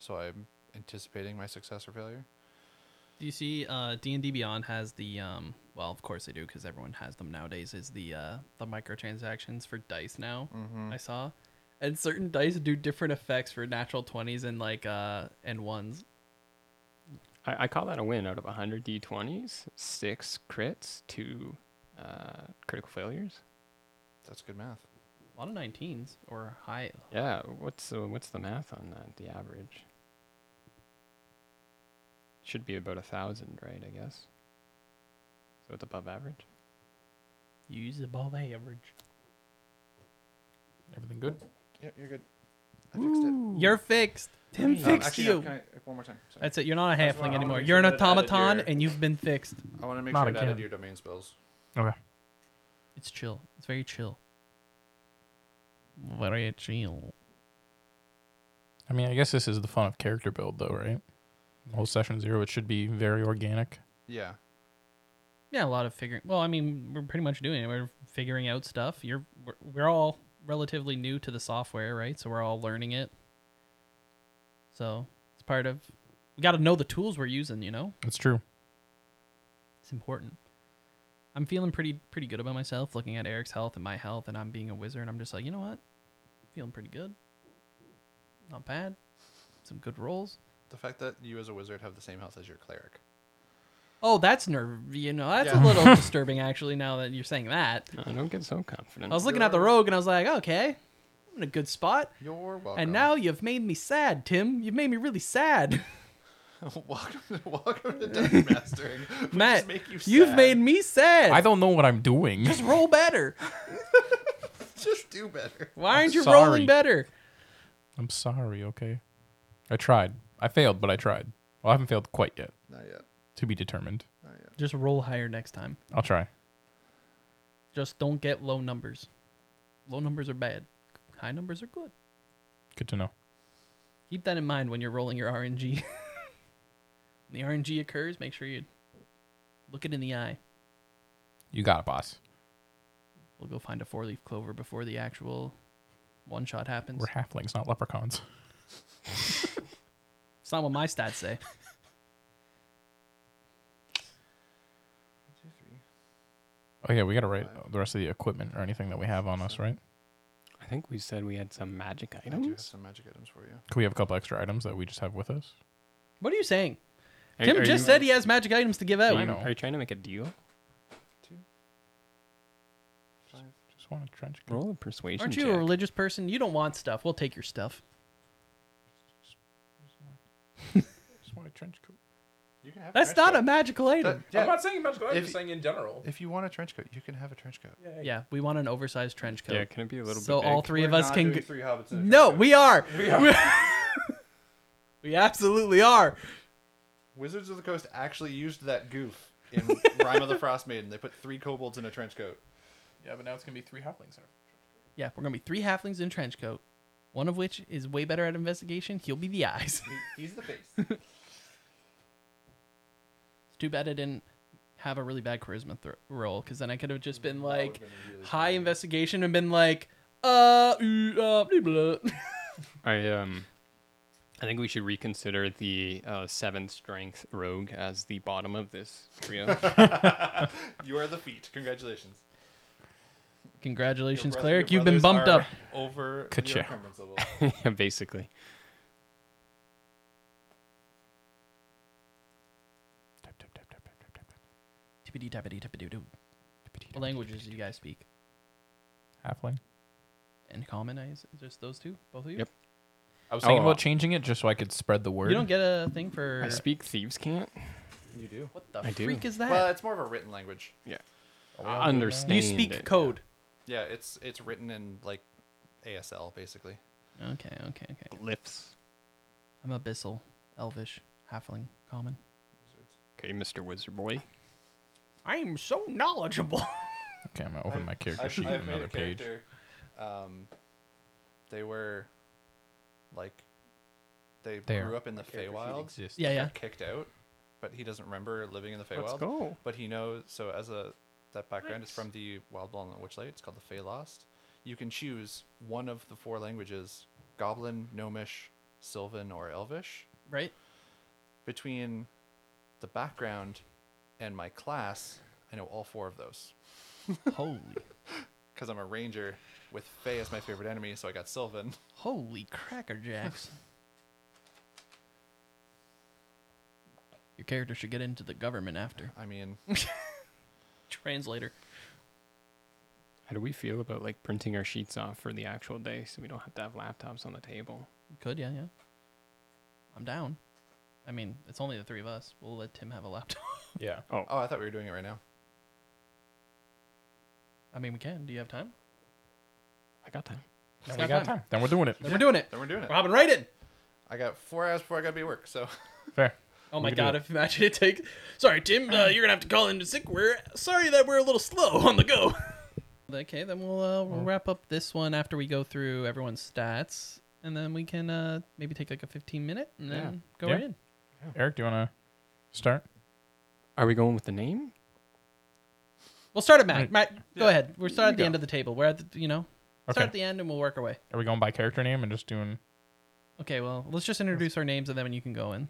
Speaker 5: so I'm anticipating my success or failure.
Speaker 1: Do you see? Uh, D and D Beyond has the um. Well, of course they do because everyone has them nowadays. Is the uh the microtransactions for dice now?
Speaker 5: Mm. Mm-hmm.
Speaker 1: I saw, and certain dice do different effects for natural twenties and like uh and ones.
Speaker 4: I, I call that a win out of 100 d20s, six crits, two uh, critical failures.
Speaker 5: That's good math.
Speaker 1: A lot of nineteens or high.
Speaker 4: Yeah, what's uh, what's the math on that? The average should be about a thousand, right? I guess. So it's above average.
Speaker 1: Use above average.
Speaker 2: Everything good?
Speaker 5: Yeah, you're good. I fixed it.
Speaker 1: You're fixed. Tim
Speaker 5: Um,
Speaker 1: fixed
Speaker 5: actually, no,
Speaker 1: you.
Speaker 5: can I, one more time. Sorry.
Speaker 1: That's it. You're not a
Speaker 5: That's why I
Speaker 1: halfling
Speaker 5: wanna
Speaker 1: anymore.
Speaker 5: make
Speaker 1: You're an
Speaker 5: sure that I added
Speaker 1: automaton,
Speaker 5: your-
Speaker 1: and you've been fixed.
Speaker 5: I want to make
Speaker 2: Not
Speaker 5: sure I added
Speaker 2: again.
Speaker 5: your domain spells.
Speaker 2: Okay.
Speaker 1: It's chill. It's very chill. Very chill.
Speaker 2: I mean, I guess this is the fun of character build, though, right? The whole session zero, it should be very organic.
Speaker 5: Yeah.
Speaker 1: Yeah, a lot of figuring. Well, I mean, we're pretty much doing it. We're figuring out stuff. You're we're, we're all relatively new to the software, right? So we're all learning it. So it's part of. We got to know the tools we're using. You know,
Speaker 2: That's true.
Speaker 1: it's important. I'm feeling pretty pretty good about myself. Looking at Eric's health and my health, and I'm being a wizard. I'm just like, you know what? Feeling pretty good. Not bad. Some good rolls.
Speaker 5: The fact that you as a wizard have the same health as your cleric.
Speaker 1: Oh, that's nerve. You know, that's a
Speaker 5: Yeah.
Speaker 1: little disturbing actually. Now that you're saying that,
Speaker 4: No, don't get so confident.
Speaker 1: I was looking at the rogue and I was like, okay, I'm in a good spot.
Speaker 5: You're welcome.
Speaker 1: And now you've made me sad, Tim. You've made me really sad.
Speaker 5: welcome, to, welcome to dungeon mastering. We just
Speaker 1: Matt,
Speaker 5: make you
Speaker 1: you have
Speaker 5: sad.
Speaker 1: made me sad.
Speaker 2: I don't know what I'm doing.
Speaker 1: Just roll better.
Speaker 5: just do better.
Speaker 1: Why aren't you
Speaker 2: sorry.
Speaker 1: rolling better?
Speaker 2: I'm sorry, okay? I tried. I failed, but I tried. Well, I haven't failed quite yet.
Speaker 5: Not yet.
Speaker 2: To be determined.
Speaker 5: Not yet.
Speaker 1: Just roll higher next time.
Speaker 2: I'll try.
Speaker 1: Just don't get low numbers. Low numbers are bad. High numbers are good.
Speaker 2: Good to know.
Speaker 1: Keep that in mind when you're rolling your RNG. when the RNG occurs, make sure you look it in the eye.
Speaker 2: You got it, boss.
Speaker 1: We'll go find a four leaf clover before the actual one shot happens.
Speaker 2: We're halflings, not leprechauns.
Speaker 1: It's not what my stats say.
Speaker 5: Two, three.
Speaker 2: Oh, yeah, we got to write the rest of the equipment or anything that we have on us, right?
Speaker 4: I think we said we had some magic
Speaker 5: I do have
Speaker 4: items.
Speaker 5: some magic items for you.
Speaker 2: Could we have a couple extra items that we just have with us?
Speaker 1: What are you saying?
Speaker 4: Are-
Speaker 1: Tim
Speaker 4: are
Speaker 1: just
Speaker 4: you-
Speaker 1: said he has magic items to give
Speaker 4: Are
Speaker 1: out.
Speaker 4: you,
Speaker 2: know.
Speaker 4: are you trying to make a deal?
Speaker 5: Two. Five.
Speaker 2: Just want a trench coat.
Speaker 4: Roll a persuasion
Speaker 1: Aren't you
Speaker 4: check.
Speaker 1: a religious person? You don't want stuff. We'll take your stuff.
Speaker 2: Just want a trench coat.
Speaker 5: You can have
Speaker 1: That's
Speaker 5: trench
Speaker 1: not a magical
Speaker 5: coat.
Speaker 1: item.
Speaker 5: That- yeah,
Speaker 2: saying much, I'm
Speaker 5: just
Speaker 2: saying in general.
Speaker 5: If you want a trench coat, you can have a trench coat.
Speaker 1: yeah, we want an oversized trench coat.
Speaker 4: Yeah, can it be a little
Speaker 1: so
Speaker 4: bit
Speaker 1: all
Speaker 4: big?
Speaker 1: three of us can. G-
Speaker 5: three hobbits.
Speaker 1: no, we are. We absolutely are.
Speaker 5: Wizards of the Coast actually used that goof in Rhyme of the Frost Maiden. They put three kobolds in a trench coat.
Speaker 2: Yeah, but now it's going to be three halflings.
Speaker 1: Yeah, we're gonna be three halflings in a trench coat. One of which is way better at investigation. He'll be the eyes.
Speaker 5: He- he's the face.
Speaker 1: It's too bad I didn't have a really bad charisma th- roll because then I could have just been like high investigation and been like, uh, ooh, uh, blah, blah.
Speaker 4: I um, I think we should reconsider the uh, seven strength rogue as the bottom of this trio.
Speaker 5: you are the feet. Congratulations.
Speaker 1: Congratulations,
Speaker 5: Your bro-
Speaker 1: cleric.
Speaker 5: your
Speaker 1: You've been
Speaker 5: brothers
Speaker 1: bumped
Speaker 5: are
Speaker 1: up.
Speaker 5: Over
Speaker 2: Ka-chow.
Speaker 5: your encumbrance level.
Speaker 4: Basically,
Speaker 2: Tap, tap, tap, tap, tap, tap, tap, tap.
Speaker 1: Tippity tappity tappity doo.
Speaker 2: Tippity tap.
Speaker 1: What languages do you guys speak?
Speaker 2: Halfling.
Speaker 1: And common, I s- just those two, both of you.
Speaker 4: Yep.
Speaker 2: I was thinking
Speaker 4: Oh.
Speaker 2: about changing it just so I could spread the word.
Speaker 1: You don't get a thing for.
Speaker 4: I speak thieves can't.
Speaker 5: You do.
Speaker 1: What the
Speaker 4: I do.
Speaker 1: freak is that?
Speaker 5: Well, it's more of a written language.
Speaker 4: Yeah,
Speaker 2: all
Speaker 4: I
Speaker 2: doing
Speaker 4: understand.
Speaker 1: you speak
Speaker 4: it, yeah.
Speaker 1: code.
Speaker 5: Yeah, it's it's written in like ASL basically.
Speaker 1: Okay, okay, okay.
Speaker 4: Glyphs.
Speaker 1: I'm abyssal, elvish, halfling, common.
Speaker 4: Okay, Mr. Wizard Boy.
Speaker 1: I am so knowledgeable.
Speaker 2: Okay, I'm gonna open my character sheet on another page.
Speaker 5: Um, they were like they
Speaker 2: There.
Speaker 5: grew up in the Feywild.
Speaker 2: Exist.
Speaker 1: yeah, yeah.
Speaker 5: got kicked out, but he doesn't remember living in the Feywild.
Speaker 4: go.
Speaker 5: But he knows. So as a that background is from the Wild Blood and the Witchlight. It's called the Feylost. You can choose one of the four languages: Goblin, Gnomish, Sylvan, or Elvish.
Speaker 1: Right?
Speaker 5: Between the background and my class, I know all four of those
Speaker 1: Holy,
Speaker 5: because I'm a ranger with Fey as my favorite enemy. So I got Sylvan.
Speaker 1: holy cracker jacks. Your character should get into the government after.
Speaker 5: I mean,
Speaker 1: Translator.
Speaker 4: How do we feel about like printing our sheets off for the actual day so we don't have to have laptops on the table?
Speaker 1: Could, yeah, yeah. I'm down. I mean, it's only the three of us. We'll let Tim have a laptop.
Speaker 2: Yeah.
Speaker 5: oh, I thought we were doing it right now.
Speaker 1: I mean, we can. Do you have time?
Speaker 4: I got time.
Speaker 2: Then
Speaker 1: not
Speaker 2: we got
Speaker 1: time.
Speaker 2: time. Then we're doing it.
Speaker 1: Then we're doing it.
Speaker 5: Then we're doing it.
Speaker 1: We're hopping right in.
Speaker 5: I got four hours before I gotta be at work. So
Speaker 2: Fair.
Speaker 1: Oh my
Speaker 2: can do
Speaker 1: god,
Speaker 2: it.
Speaker 1: if imagine it takes. Sorry, Tim, uh, you're gonna have to call in to sick. We're sorry that we're a little slow on the go. Okay, then we'll, uh, we'll wrap up this one after we go through everyone's stats, and then we can uh, maybe take like a 15 minute and then go
Speaker 2: Yeah.
Speaker 1: right in.
Speaker 2: Eric, do you wanna start?
Speaker 4: Are we going with the name?
Speaker 1: We'll start at Matt.
Speaker 2: Right.
Speaker 1: Matt, go ahead. We're start at
Speaker 4: You
Speaker 1: the
Speaker 4: go.
Speaker 1: end of the table. We're at the, you know, start
Speaker 2: Okay.
Speaker 1: at the end and we'll work our way.
Speaker 2: Are we going by character name and just doing?
Speaker 1: Okay, well, let's just introduce our names and then you can go in.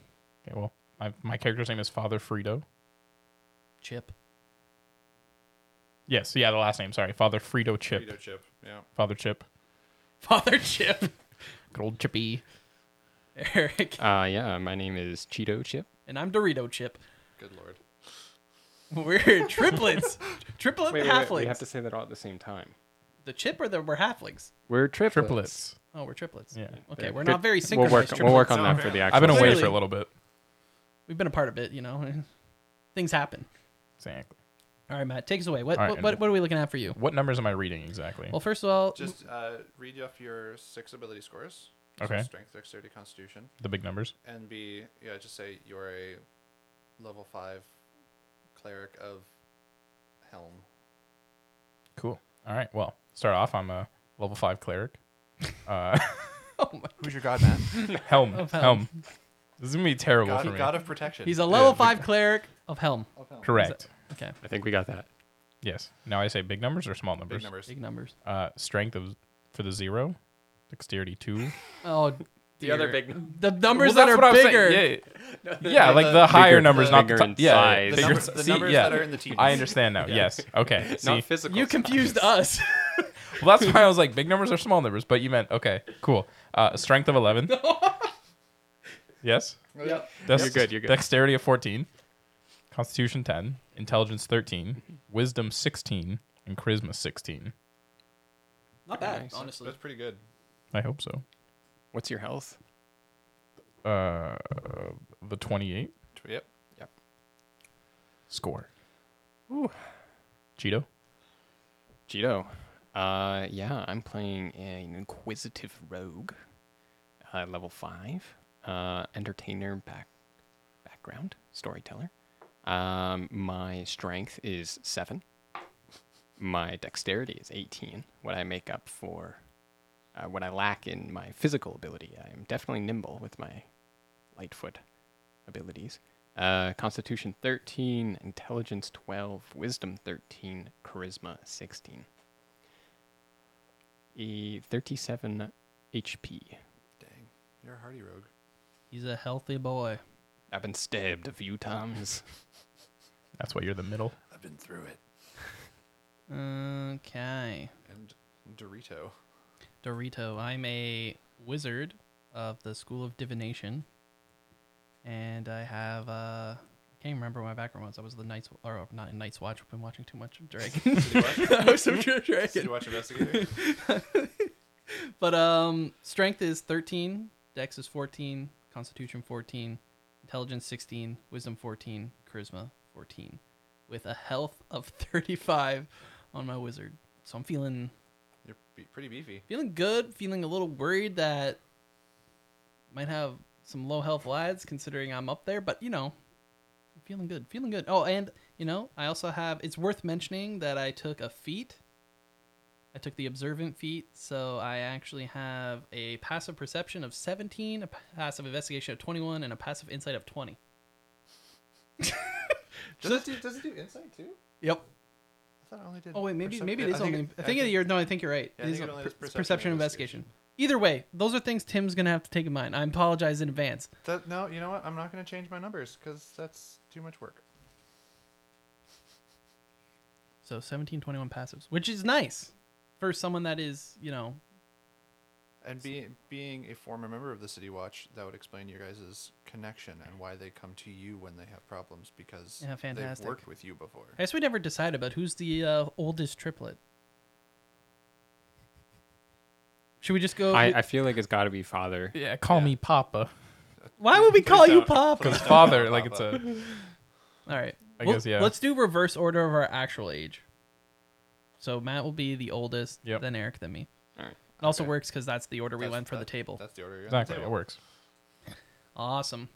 Speaker 2: Okay. Well, my my character's name is Father Frito.
Speaker 1: Chip.
Speaker 2: Yes. Yeah. The last name. Sorry, Father Frito Chip.
Speaker 5: Frito chip. Yeah.
Speaker 2: Father Chip.
Speaker 1: Father Chip.
Speaker 2: Good old Chippy.
Speaker 1: Eric.
Speaker 4: Uh, yeah, my name is Cheeto Chip.
Speaker 1: And I'm Dorito Chip.
Speaker 5: Good lord.
Speaker 1: We're triplets. Triplet halflings.
Speaker 4: we have to say that all at the same time.
Speaker 1: The chip or the we're halflings?
Speaker 4: We're triplets.
Speaker 2: Triplets.
Speaker 1: Oh, we're triplets.
Speaker 2: Yeah.
Speaker 1: Okay, we're
Speaker 4: Tri-
Speaker 1: not very
Speaker 4: We'll
Speaker 1: synchronized.
Speaker 4: work. We'll work on
Speaker 5: triplets.
Speaker 4: that for the
Speaker 5: I've
Speaker 4: actual.
Speaker 2: I've been away
Speaker 1: Clearly.
Speaker 2: for a little bit.
Speaker 1: We've been a part of it, you know. Things happen.
Speaker 2: Exactly.
Speaker 1: All right, Matt, take us away. What
Speaker 2: All right,
Speaker 1: what, what, what are we looking at for you?
Speaker 2: What numbers am I reading exactly?
Speaker 1: Well, first of all,
Speaker 5: Just uh, read off your six ability scores. So
Speaker 2: Okay.
Speaker 5: Strength, dexterity, constitution,
Speaker 2: the big numbers.
Speaker 5: and be yeah. Just say you're a level five cleric of Helm.
Speaker 2: Cool. All right. Well, start off. I'm a level five cleric. Uh,
Speaker 1: oh my,
Speaker 5: Who's your god, man?
Speaker 2: Helm.
Speaker 1: Of Oh, Helm.
Speaker 2: Helm. This is gonna be terrible for
Speaker 5: god,
Speaker 2: me.
Speaker 5: god of protection.
Speaker 1: he's a level five cleric of Helm.
Speaker 5: of Helm.
Speaker 2: Correct.
Speaker 1: Okay,
Speaker 4: I think we got that.
Speaker 2: Yes. Now I say big numbers or small numbers.
Speaker 5: Big numbers.
Speaker 1: big numbers.
Speaker 2: Uh, strength of for the zero, dexterity two.
Speaker 1: Oh,
Speaker 4: The other
Speaker 1: dear.
Speaker 4: big
Speaker 1: the numbers that are bigger.
Speaker 2: Yeah, yeah like
Speaker 5: the
Speaker 2: the, higher
Speaker 4: bigger-
Speaker 2: numbers, not the
Speaker 4: bigger
Speaker 2: top.
Speaker 4: in
Speaker 2: Yeah, yeah,
Speaker 5: The,
Speaker 4: size. Bigger-
Speaker 5: numbers, the
Speaker 2: see,
Speaker 5: numbers
Speaker 2: yeah.
Speaker 5: that are in the teens.
Speaker 2: I understand now. Yes. Okay. See,
Speaker 4: not physical.
Speaker 1: You confused us.
Speaker 2: well, that's why I was like, big numbers are small numbers, but you meant okay, cool. Uh, strength of eleven. yes.
Speaker 5: Yep.
Speaker 2: That's
Speaker 4: You're good, you're good.
Speaker 2: Dexterity of 14, Constitution 10, Intelligence 13, Wisdom 16, and Charisma 16.
Speaker 1: not bad,
Speaker 4: Nice.
Speaker 1: honestly.
Speaker 5: That's pretty good.
Speaker 2: I hope so.
Speaker 4: What's your health?
Speaker 2: Uh, the 28
Speaker 5: Tw- Yep.
Speaker 2: score. Ooh. Cheeto.
Speaker 4: Cheeto. Uh, yeah, I'm playing an inquisitive rogue, uh, level five, uh, entertainer back, background, storyteller. Um, my strength is seven. My dexterity is 18. What I make up for uh, what I lack in my physical ability. I am definitely nimble with my lightfoot abilities. Uh, Constitution 13, Intelligence 12, Wisdom 13, Charisma 16. E 37 HP.
Speaker 5: Dang, you're a hardy rogue.
Speaker 1: He's a healthy boy.
Speaker 4: I've been stabbed a few times.
Speaker 2: That's why you're the middle.
Speaker 5: I've been through it.
Speaker 1: Okay.
Speaker 5: And Dorito.
Speaker 1: Dorito. I'm a wizard of the School of Divination, and I have uh, I can't even remember what my background was. I was the Night's or not Night's Watch. I've been watching too much Dragon.
Speaker 5: Did you watch,
Speaker 1: I was so sure
Speaker 5: did
Speaker 1: Dragon.
Speaker 5: you watch Investigator?
Speaker 1: But um, strength is 13, Dex is 14, Constitution 14, Intelligence 16, Wisdom 14, Charisma 14, with a health of 35 on my wizard. So I'm feeling
Speaker 5: You're be- pretty beefy.
Speaker 1: feeling good, feeling a little worried that might have some low health lads considering I'm up there, but you know, I'm feeling good, feeling good. Oh, and you know, I also have it's worth mentioning that I took a feat. I took the observant feat, so I actually have a passive perception of 17, a passive investigation of 21, and a passive insight of 20.
Speaker 5: Does it do, does it do insight too?
Speaker 1: Yep.
Speaker 5: I thought it only did.
Speaker 1: Oh wait, maybe
Speaker 5: percep-
Speaker 1: maybe it is
Speaker 5: think-
Speaker 1: only. I think you're no. I think you're right.
Speaker 5: Yeah, I
Speaker 1: it is
Speaker 5: think it
Speaker 1: a
Speaker 5: only
Speaker 1: per-
Speaker 5: is
Speaker 1: perception,
Speaker 5: perception and
Speaker 1: investigation.
Speaker 5: investigation.
Speaker 1: Either way, those are things Tim's gonna have to take in mind. I apologize in advance.
Speaker 5: That, no, you know what? I'm not going to change my numbers because that's too much work.
Speaker 1: So 17, 21 passives, which is nice for someone that is, you know,
Speaker 5: And being being a former member of the City Watch, that would explain your guys' connection and why they come to you when they have problems because
Speaker 1: Yeah, fantastic.
Speaker 5: they've worked with you before.
Speaker 1: I guess we never decided about who's the uh, oldest triplet. Should we just go?
Speaker 4: I, I feel like it's got to be father.
Speaker 2: Yeah, call me Papa.
Speaker 1: why would we call you
Speaker 5: don't.
Speaker 1: Pop?
Speaker 2: Because father, like it's a.
Speaker 1: All right.
Speaker 2: I
Speaker 1: Well,
Speaker 2: guess, yeah.
Speaker 1: Let's do reverse order of our actual age. So Matt will be the oldest,
Speaker 2: Yep.
Speaker 1: then Eric, then me. It
Speaker 4: All right.
Speaker 1: also works because that's the order we
Speaker 5: That's-
Speaker 1: went for the
Speaker 5: that-
Speaker 1: table.
Speaker 5: That's the order. You're on the
Speaker 2: Exactly, it
Speaker 5: table.
Speaker 2: works.
Speaker 1: Awesome.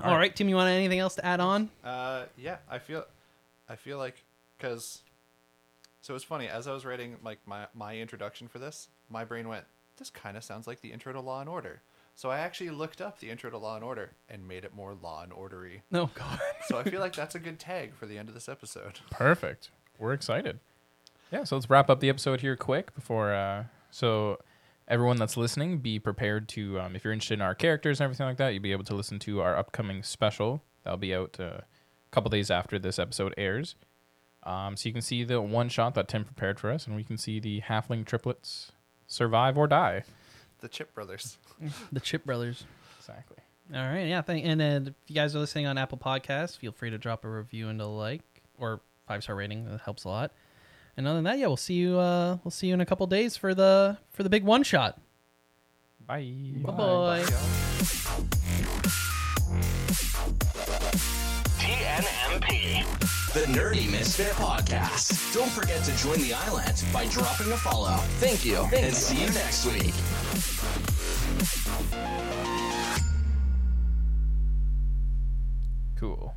Speaker 1: All right, Tim, you want anything else to add on?
Speaker 5: Uh, yeah, I feel, I feel like, cause, so it's funny as I was writing like my my introduction for this, my brain went, this kind of sounds like the intro to Law and Order. So I actually looked up the intro to Law and Order and made it more Law and Ordery.
Speaker 1: No, God.
Speaker 5: So I feel like that's a good tag for the end of this episode.
Speaker 2: Perfect. We're excited. Yeah, so let's wrap up the episode here quick before. Uh, so, everyone that's listening, be prepared to, um, if you're interested in our characters and everything like that, you'll be able to listen to our upcoming special. That'll be out uh, a couple days after this episode airs. Um, so, you can see the one shot that Tim prepared for us, and we can see the halfling triplets survive or die.
Speaker 5: The Chip Brothers.
Speaker 1: The Chip Brothers.
Speaker 2: Exactly.
Speaker 1: All right, yeah. Thank, and then if you guys are listening on Apple Podcasts, feel free to drop a review and a like or five star rating. That helps a lot. And other than that, yeah, we'll see you. Uh, we'll see you in a couple days for the for the big one shot.
Speaker 2: Bye.
Speaker 1: Bye bye.
Speaker 3: TNMP. The Nerdy Misfit Podcast. Don't forget to join the island by dropping a follow. Thank you, and see you next week.
Speaker 2: Cool.